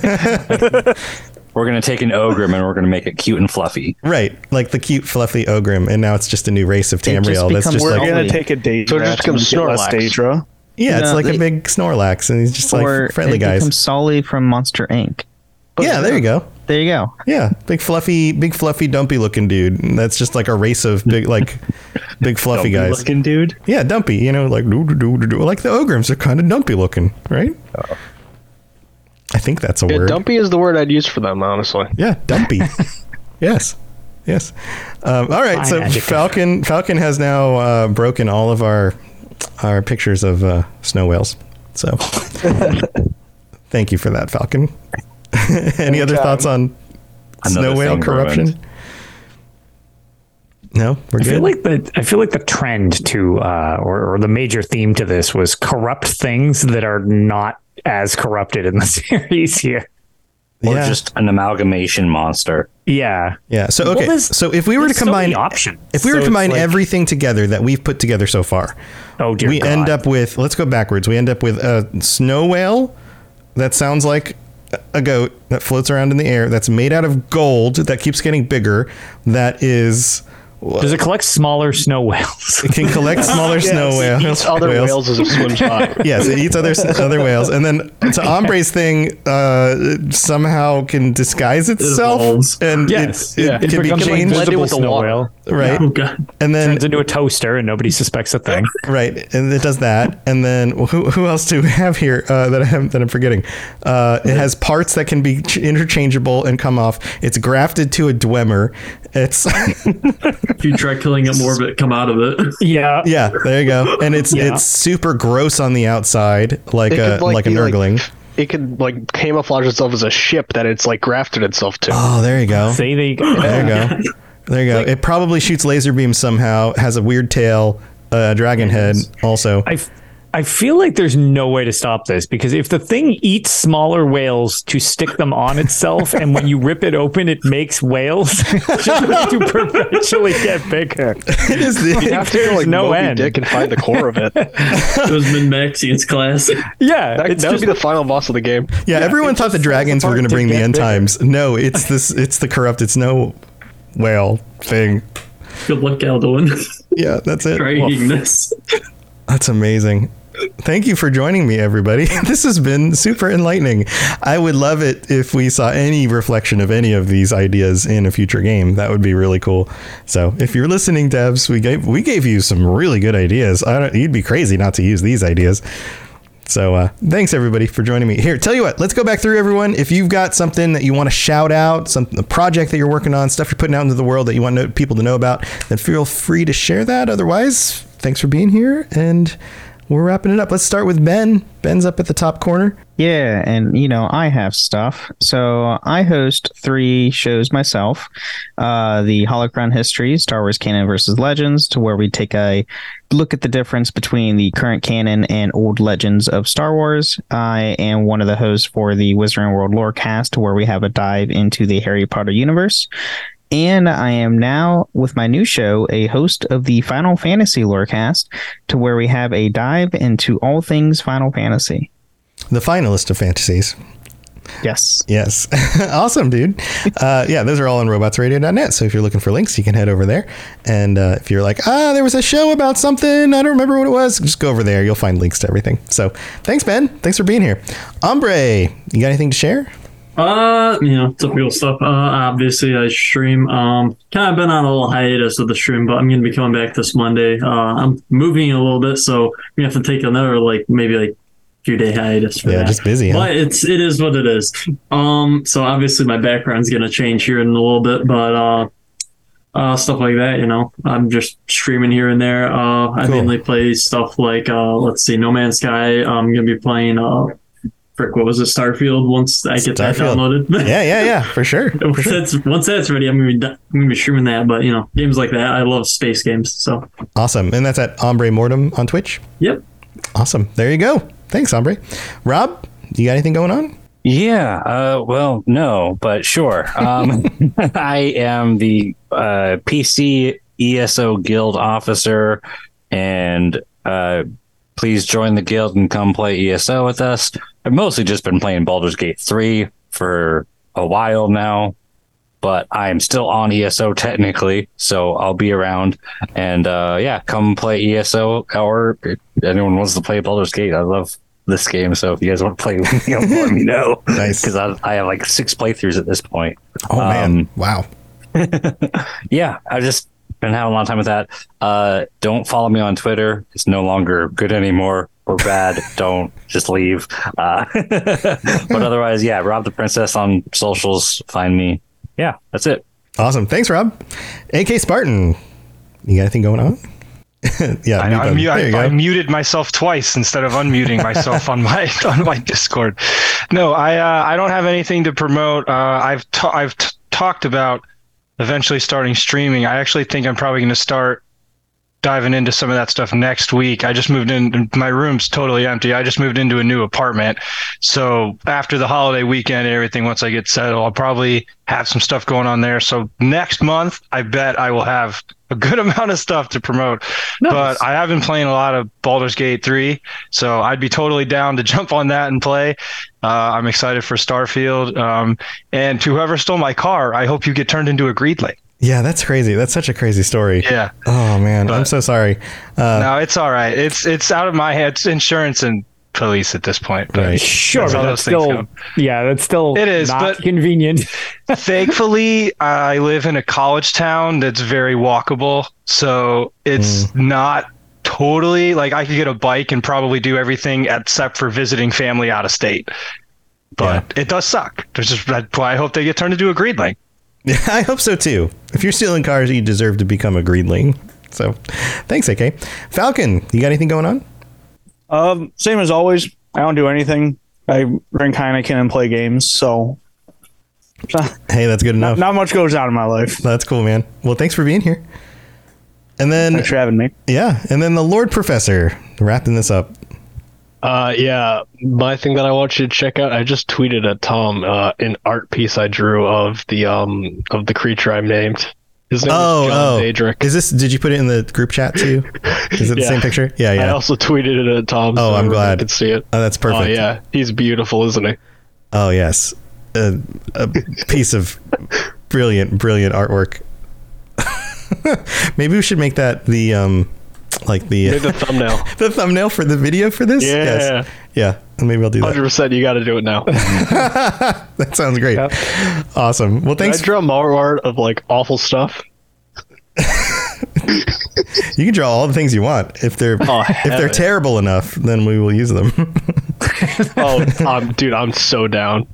Speaker 5: we're gonna take an ogrim and we're gonna make it cute and fluffy.
Speaker 2: Right, like the cute fluffy ogrim, and now it's just a new race of
Speaker 8: It just
Speaker 2: Tamriel. that's
Speaker 8: becomes-
Speaker 2: just
Speaker 8: We're
Speaker 2: like,
Speaker 7: We're
Speaker 8: Holy.
Speaker 7: gonna take a Daedra.
Speaker 4: So it just
Speaker 7: to
Speaker 4: becomes
Speaker 7: make it less
Speaker 4: Snorlax.
Speaker 7: Daedra.
Speaker 2: yeah, it's
Speaker 8: No,
Speaker 2: like a
Speaker 8: they-
Speaker 2: big Snorlax, and he's just
Speaker 8: or
Speaker 2: like friendly
Speaker 8: it becomes
Speaker 2: guys.
Speaker 8: Sully from Monster Inc.
Speaker 2: Yeah, there you go.
Speaker 8: There you go.
Speaker 2: Yeah, big fluffy, big fluffy, dumpy looking dude. And That's just like a race of big, like, big fluffy guys.
Speaker 5: Looking dude.
Speaker 2: Yeah, dumpy. You know, like doo doo doo doo doo. Like the ogrims are kind of dumpy looking, right? I think that's a
Speaker 4: Yeah,
Speaker 2: word.
Speaker 4: dumpy is the word I'd use for them, honestly.
Speaker 2: yeah,
Speaker 3: [LAUGHS]
Speaker 2: dumpy. yes, yes. Um, all right. so Falcon Falcon has now uh, broken all of our our pictures of uh, snow whales. So [LAUGHS] thank you for that, Falcon. [LAUGHS] Any
Speaker 4: um,
Speaker 2: other thoughts on
Speaker 5: Another
Speaker 2: snow whale
Speaker 5: thing
Speaker 2: corruption?
Speaker 5: ruined.
Speaker 2: No, we're
Speaker 3: I
Speaker 2: good.
Speaker 3: feel like the I feel like the trend to uh, or, or the major theme to this was corrupt things that are not as corrupted in the [LAUGHS] series here.
Speaker 5: Or
Speaker 2: yeah,
Speaker 5: just an amalgamation monster.
Speaker 3: Yeah,
Speaker 2: yeah. So okay.
Speaker 3: there's-
Speaker 2: so if we were to
Speaker 3: There's so
Speaker 2: combine
Speaker 3: many options.
Speaker 2: If we were to
Speaker 3: So it's
Speaker 2: combine
Speaker 3: like-
Speaker 2: everything together that we've put together so far,
Speaker 3: oh dear,
Speaker 2: we
Speaker 3: God.
Speaker 2: end up with let's go backwards. We end up with a snow whale that sounds like a goat that floats around in the air that's made out of gold that keeps getting bigger that is
Speaker 3: Does it collect smaller snow whales?
Speaker 2: it can [LAUGHS] collect smaller snow whales.
Speaker 4: Other
Speaker 2: [LAUGHS] whales.
Speaker 4: whales, as it swims by.
Speaker 2: [LAUGHS] Yes, it
Speaker 4: [LAUGHS]
Speaker 2: eats other other whales, and then to Ombre's thing uh, it somehow can disguise itself,
Speaker 10: evolves.
Speaker 2: and
Speaker 3: Yes,
Speaker 2: it, it
Speaker 3: yeah.
Speaker 2: can be
Speaker 3: becomes like
Speaker 2: changed,
Speaker 3: visible
Speaker 4: with the
Speaker 3: snow
Speaker 4: water.
Speaker 3: whale,
Speaker 2: right?
Speaker 10: Oh god.
Speaker 2: And then
Speaker 3: turns into a toaster, and nobody suspects a thing.
Speaker 2: Right, and it does that, and then who, who else do we have here uh, that I'm that I'm forgetting? Uh, it has parts that can be ch- interchangeable and come off. It's grafted to a Dwemer. It's
Speaker 10: If you try killing it more of it, come out of it. [LAUGHS]
Speaker 3: Yeah,
Speaker 2: yeah, there you go, and it's
Speaker 3: Yeah.
Speaker 2: it's super gross on the outside, like
Speaker 4: It
Speaker 2: a
Speaker 4: could,
Speaker 2: like, a
Speaker 4: be,
Speaker 2: nurgling.
Speaker 4: it could like camouflage itself as a ship that it's like grafted itself to.
Speaker 2: oh, there you go,
Speaker 3: see they
Speaker 2: there you go, there you go. it probably shoots laser beams somehow. Has a weird tail, a dragon uh, head also.
Speaker 3: I, f- I feel like there's no way to stop this because if the thing eats smaller whales to stick them on itself, and when you rip it open, it makes whales [LAUGHS] just to perpetually get bigger.
Speaker 2: [LAUGHS] It is
Speaker 3: [LAUGHS]
Speaker 2: the- [LAUGHS]
Speaker 3: Like,
Speaker 4: have to
Speaker 3: there's
Speaker 4: go like
Speaker 3: no
Speaker 4: Moby
Speaker 3: end.
Speaker 4: Dick and find the core
Speaker 3: [LAUGHS]
Speaker 4: of it. that
Speaker 10: It was Min Maxian's class.
Speaker 3: Yeah,
Speaker 4: that
Speaker 3: it's
Speaker 4: would
Speaker 3: just
Speaker 4: be the final boss of the game.
Speaker 2: Yeah, everyone thought the dragons were going to bring the end times. No, it's this. It's the corrupt. It's no whale thing.
Speaker 10: Good luck, Alduin.
Speaker 2: Yeah, that's it.
Speaker 10: Dragging this.
Speaker 2: That's amazing. Thank you for joining me, everybody. [LAUGHS] This has been super enlightening. I would love it if we saw any reflection of any of these ideas in a future game. That would be really cool. So, if you're listening, devs, we gave we gave you some really good ideas. I don't, you'd be crazy not to use these ideas. So uh, thanks everybody for joining me. Here, tell you what, let's go back through everyone. If you've got something that you want to shout out, some a project that you're working on, stuff you're putting out into the world that you want to, people to know about, then feel free to share that. Otherwise, thanks for being here, and we're wrapping it up. Let's start with Ben. Ben's up at the top corner.
Speaker 8: Yeah, and you know, I have stuff. So I host three shows myself. Uh the Holocron History, Star Wars Canon versus Legends, to where we take a look at the difference between the current canon and old legends of Star Wars. I am one of the hosts for the Wizarding World Lore cast, to where we have a dive into the Harry Potter universe. And I am now with my new show, a host of the Final Fantasy Lorecast, to where we have a dive into all things Final Fantasy.
Speaker 2: The finalist of fantasies.
Speaker 8: Yes. [LAUGHS]
Speaker 2: Yes. [LAUGHS] awesome, dude. Uh, yeah, those are all on robotsradio.net. So if you're looking for links, you can head over there. And uh, if you're like, ah, there was a show about something, I don't remember what it was, just go over there. You'll find links to everything. So thanks, Ben. Thanks for being here. Ombre, you got anything to share?
Speaker 10: Uh, you know, typical stuff. Uh, obviously I stream. Um, kind of been on a little hiatus with the stream, but I'm gonna be coming back this Monday. Uh, I'm moving a little bit, so we have to take another like maybe like few day hiatus for
Speaker 2: Yeah,
Speaker 10: that.
Speaker 2: just busy, huh?
Speaker 10: But it's it is what it is. Um, so obviously my background's gonna change here in a little bit, but uh. Uh, stuff like that, you know. I'm just streaming here and there. Uh, I
Speaker 2: Cool.
Speaker 10: mainly play stuff like, uh, let's see, No Man's Sky. I'm gonna be playing, uh, frick, what was it, Starfield? Once I get that
Speaker 2: Starfield.
Speaker 10: downloaded,
Speaker 2: Yeah, yeah, yeah, for sure.
Speaker 10: [LAUGHS] once that's once that's ready, I'm gonna be I'm gonna be streaming that. But you know, games like that, I love space games. So,
Speaker 2: Awesome. And that's at Ombre Mortem on Twitch.
Speaker 10: yep.
Speaker 2: Awesome. There you go. Thanks, Ombre. Rob, you got anything going on?
Speaker 5: Yeah. Uh, well, no, but sure. Um, [LAUGHS] I am the uh, PC ESO Guild officer, and uh, please join the guild and come play ESO with us. I've mostly just been playing Baldur's Gate 3 for a while now, but I'm still on ESO technically, so I'll be around. And uh, yeah, come play ESO or if anyone wants to play Baldur's Gate. I love this game, so if you guys want to play with me, [LAUGHS] let me know. [LAUGHS]
Speaker 2: Nice.
Speaker 5: Because I, I have like six playthroughs at this point.
Speaker 2: Oh, man.
Speaker 5: Um,
Speaker 2: Wow.
Speaker 5: Yeah, I've just been having a lot of time with that. Uh, don't follow me on Twitter. It's no longer good anymore or bad. don't just leave. Uh, [LAUGHS] but otherwise, yeah, Rob the Princess on socials. Find me. Yeah, that's it.
Speaker 2: Awesome. Thanks, Rob. AK Spartan, you got anything going on? [LAUGHS] yeah.
Speaker 9: I, know, I,
Speaker 2: mute button.
Speaker 9: mu-
Speaker 2: there you
Speaker 9: I, I
Speaker 2: go.
Speaker 9: muted myself twice instead of unmuting myself on
Speaker 2: [LAUGHS]
Speaker 9: my on my Discord. No, I uh, I don't have anything to promote. Uh, I've ta- I've t- talked about eventually starting streaming. I actually think I'm probably going to start diving into some of that stuff next week. I just moved in. My room's totally empty. I just moved into a new apartment. So after the holiday weekend and everything, once I get settled, I'll probably have some stuff going on there. So next month, I bet I will have a good [LAUGHS] amount of stuff to promote. But I have been playing a lot of Baldur's Gate 3. So I'd be totally down to [LAUGHS] jump on that and play. Uh, I'm excited for Starfield. Um, and to whoever stole my car, I hope you get turned into a greedling.
Speaker 2: Yeah, that's crazy. That's such a crazy story.
Speaker 9: Yeah.
Speaker 2: Oh man, I'm so sorry. Uh,
Speaker 9: No, it's all right. It's it's out of my head. It's insurance and police at this point. But
Speaker 2: Right.
Speaker 3: sure,
Speaker 9: That's
Speaker 3: but
Speaker 9: how
Speaker 3: that's
Speaker 9: those things
Speaker 3: still
Speaker 9: go.
Speaker 3: yeah, that's still
Speaker 9: It is,
Speaker 3: not
Speaker 9: but-
Speaker 3: convenient.
Speaker 9: [LAUGHS] thankfully, I live in a college town that's very walkable, so it's
Speaker 2: Mm.
Speaker 9: not totally like I could get a bike and probably do everything except for visiting family out of state. But it does suck. There's just that's why I hope they get turned into a greenling.
Speaker 2: [LAUGHS] I hope so too. If you're stealing cars, you deserve to become a greenling. So, thanks, AK. Falcon, you got anything going on?
Speaker 7: Um, same as always. I don't do anything. I drink Heineken and play games, so
Speaker 2: [LAUGHS] Hey, that's good enough.
Speaker 7: not much goes on in my life.
Speaker 2: That's cool, man. Well, thanks for being here. And then,
Speaker 7: Thanks for having me.
Speaker 2: yeah, and then the Lord Professor wrapping this up.
Speaker 4: Uh, yeah, my thing that I want you to check out. I just tweeted at Tom uh, an art piece I drew of the um of the creature I'm named. His name
Speaker 2: oh,
Speaker 4: is
Speaker 2: oh.
Speaker 4: John Daedric.
Speaker 2: Is this? Did you put it in the group chat
Speaker 4: [LAUGHS]
Speaker 2: too? Is it the
Speaker 4: Yeah.
Speaker 2: same picture? Yeah,
Speaker 4: I
Speaker 2: yeah.
Speaker 4: also tweeted it at Tom.
Speaker 2: Oh, I'm
Speaker 4: everyone
Speaker 2: glad.
Speaker 4: Could see it.
Speaker 2: Oh, that's perfect.
Speaker 4: Oh yeah, he's beautiful, isn't he?
Speaker 2: Oh yes, a, a piece of brilliant, brilliant artwork. [LAUGHS] Maybe we should make that the um, like the [LAUGHS]
Speaker 4: Make the thumbnail.
Speaker 2: the thumbnail for the video for this.
Speaker 4: Yeah. Uh,
Speaker 2: yeah. Maybe I'll do that.
Speaker 4: Hundred percent. You got to do it now.
Speaker 2: [LAUGHS] That sounds great. Awesome. Well,
Speaker 4: I
Speaker 2: thanks.
Speaker 4: draw more art of like awful stuff.
Speaker 2: you can draw all the things you want if they're
Speaker 4: Oh,
Speaker 2: if
Speaker 4: hell
Speaker 2: they're
Speaker 4: yeah.
Speaker 2: terrible enough, then we will use them. [LAUGHS]
Speaker 4: Oh, Tom, dude, I'm so
Speaker 2: [LAUGHS]
Speaker 4: down.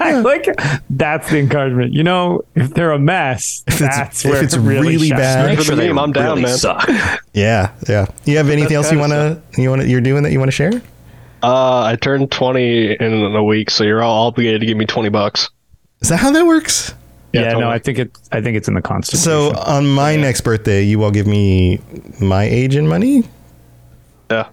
Speaker 3: I like that's the encouragement. You know, if they're a mess,
Speaker 2: it's-
Speaker 3: that's
Speaker 2: if
Speaker 3: where
Speaker 2: it's
Speaker 3: it
Speaker 2: really
Speaker 3: shines.
Speaker 2: bad,
Speaker 4: For the
Speaker 5: Actually,
Speaker 4: meme, I'm down,
Speaker 5: really
Speaker 4: man.
Speaker 2: [LAUGHS]
Speaker 5: Suck.
Speaker 2: yeah, yeah. You have anything else you wanna you wanna you're doing that you wanna share?
Speaker 4: Uh, I turned 20 in a week, so you're all obligated to give me 20 bucks.
Speaker 2: Is that how that works?
Speaker 3: Yeah, no,
Speaker 4: totally.
Speaker 3: I think it. I think it's in the constitution.
Speaker 2: So on my next birthday, you all give me my age and money.
Speaker 4: Yeah.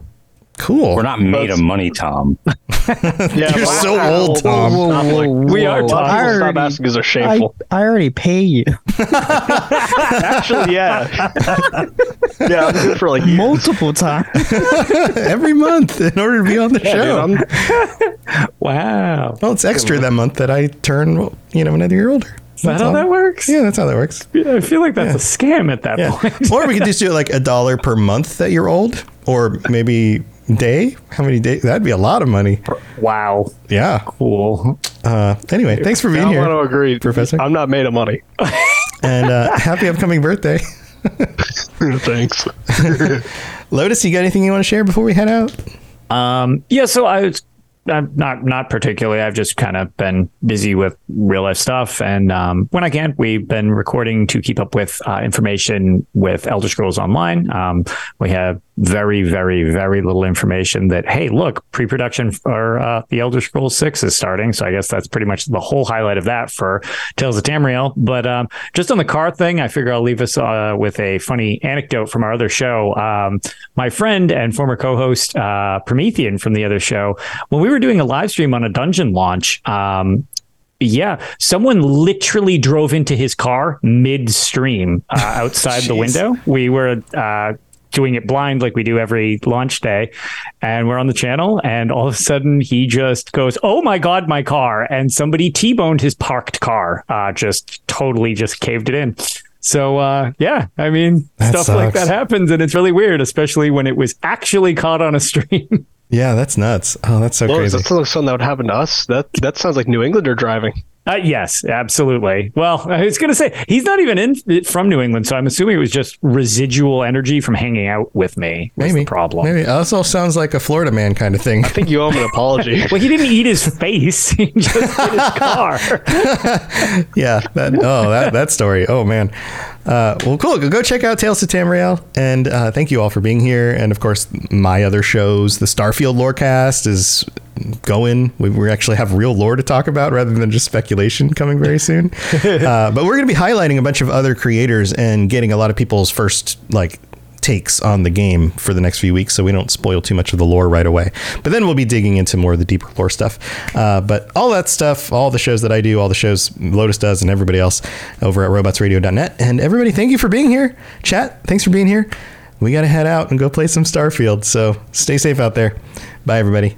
Speaker 2: Cool.
Speaker 5: We're not made of money, Tom.
Speaker 4: Yeah,
Speaker 2: You're
Speaker 4: wow.
Speaker 2: so old, Tom.
Speaker 4: we
Speaker 3: are
Speaker 4: are. People
Speaker 3: Tom.
Speaker 4: stop
Speaker 8: Already-
Speaker 4: asking because they're
Speaker 8: I,
Speaker 4: shameful.
Speaker 8: I already pay you
Speaker 4: Actually, yeah. [LAUGHS] yeah, I'm good for
Speaker 8: [LAUGHS]
Speaker 4: like years.
Speaker 8: multiple times.
Speaker 2: [LAUGHS] Every month in order to be on [LAUGHS] the
Speaker 4: Yeah,
Speaker 2: show.
Speaker 4: dude, I'm-
Speaker 3: wow,
Speaker 2: well, it's extra that month that I turn you know another year older.
Speaker 3: is that how that works?
Speaker 2: Yeah, that's how that works.
Speaker 3: I feel like that's a scam at that
Speaker 2: Yeah. [LAUGHS]
Speaker 3: point.
Speaker 2: or we could just do it like a dollar per month that you're old, or maybe day. How many days? That'd be a lot of money.
Speaker 3: wow,
Speaker 2: Yeah.
Speaker 3: cool.
Speaker 2: Uh, anyway, thanks for being
Speaker 4: I
Speaker 2: here,
Speaker 4: want to agree.
Speaker 2: Professor.
Speaker 4: I'm not made of money.
Speaker 2: and uh, happy upcoming birthday,
Speaker 4: [LAUGHS] Thanks.
Speaker 2: [LAUGHS] Lotus. You got anything you want to share before we head out?
Speaker 3: Um, Yeah, so I was I'm not not particularly. I've just kind of been busy with real life stuff, and um, when I can, we've been recording to keep up with uh, information with Elder Scrolls Online. Um, we have very, very, very little information that hey, look, pre-production for uh, the Elder Scrolls Six is starting, so I guess that's pretty much the whole highlight of that for Tales of Tamriel. But um, just on the car thing, I figure I'll leave us uh, with a funny anecdote from our other show. Um, my friend and former co-host uh, Promethean from the other show, when we were doing a live stream on a dungeon launch, um, yeah, someone literally drove into his car midstream uh, outside the window. We were uh, doing it blind like we do every launch day, and we're on the channel, and all of a sudden he just goes, "Oh my god, my car!" And somebody t-boned his parked car, uh, just totally just caved it in. So uh, yeah, I mean,
Speaker 2: That
Speaker 3: stuff like
Speaker 2: sucks.
Speaker 3: that happens, and it's really weird, especially when it was actually caught on a stream.
Speaker 2: Yeah, that's nuts. Oh, that's so
Speaker 4: Lord,
Speaker 2: crazy.
Speaker 4: that sounds like something that would happen to us. That that sounds like New Englander driving.
Speaker 3: Uh, yes, absolutely. Well, I was going to say he's not even in from New England, so I'm assuming it was just residual energy from hanging out with me. Was
Speaker 2: maybe
Speaker 3: the problem.
Speaker 2: Maybe also sounds like a Florida man kind of thing.
Speaker 4: I think you owe him an apology.
Speaker 3: [LAUGHS] Well, he didn't eat his face; [LAUGHS] he just hit his car.
Speaker 2: yeah. That, oh, that, that story. Oh man. Uh, well, cool. Go- Go check out Tales to Tamriel, and uh, thank you all for being here. And of course, my other shows, the Starfield Lorecast is going. We, we actually have real lore to talk about rather than just speculation coming very soon. uh, but we're going to be highlighting a bunch of other creators and getting a lot of people's first like takes on the game for the next few weeks so we don't spoil too much of the lore right away but then we'll be digging into more of the deeper lore stuff uh, but all that stuff all the shows that i do all the shows lotus does and everybody else over at robotsradio.net and everybody thank you for being here chat thanks for being here we gotta head out and go play some starfield so stay safe out there bye everybody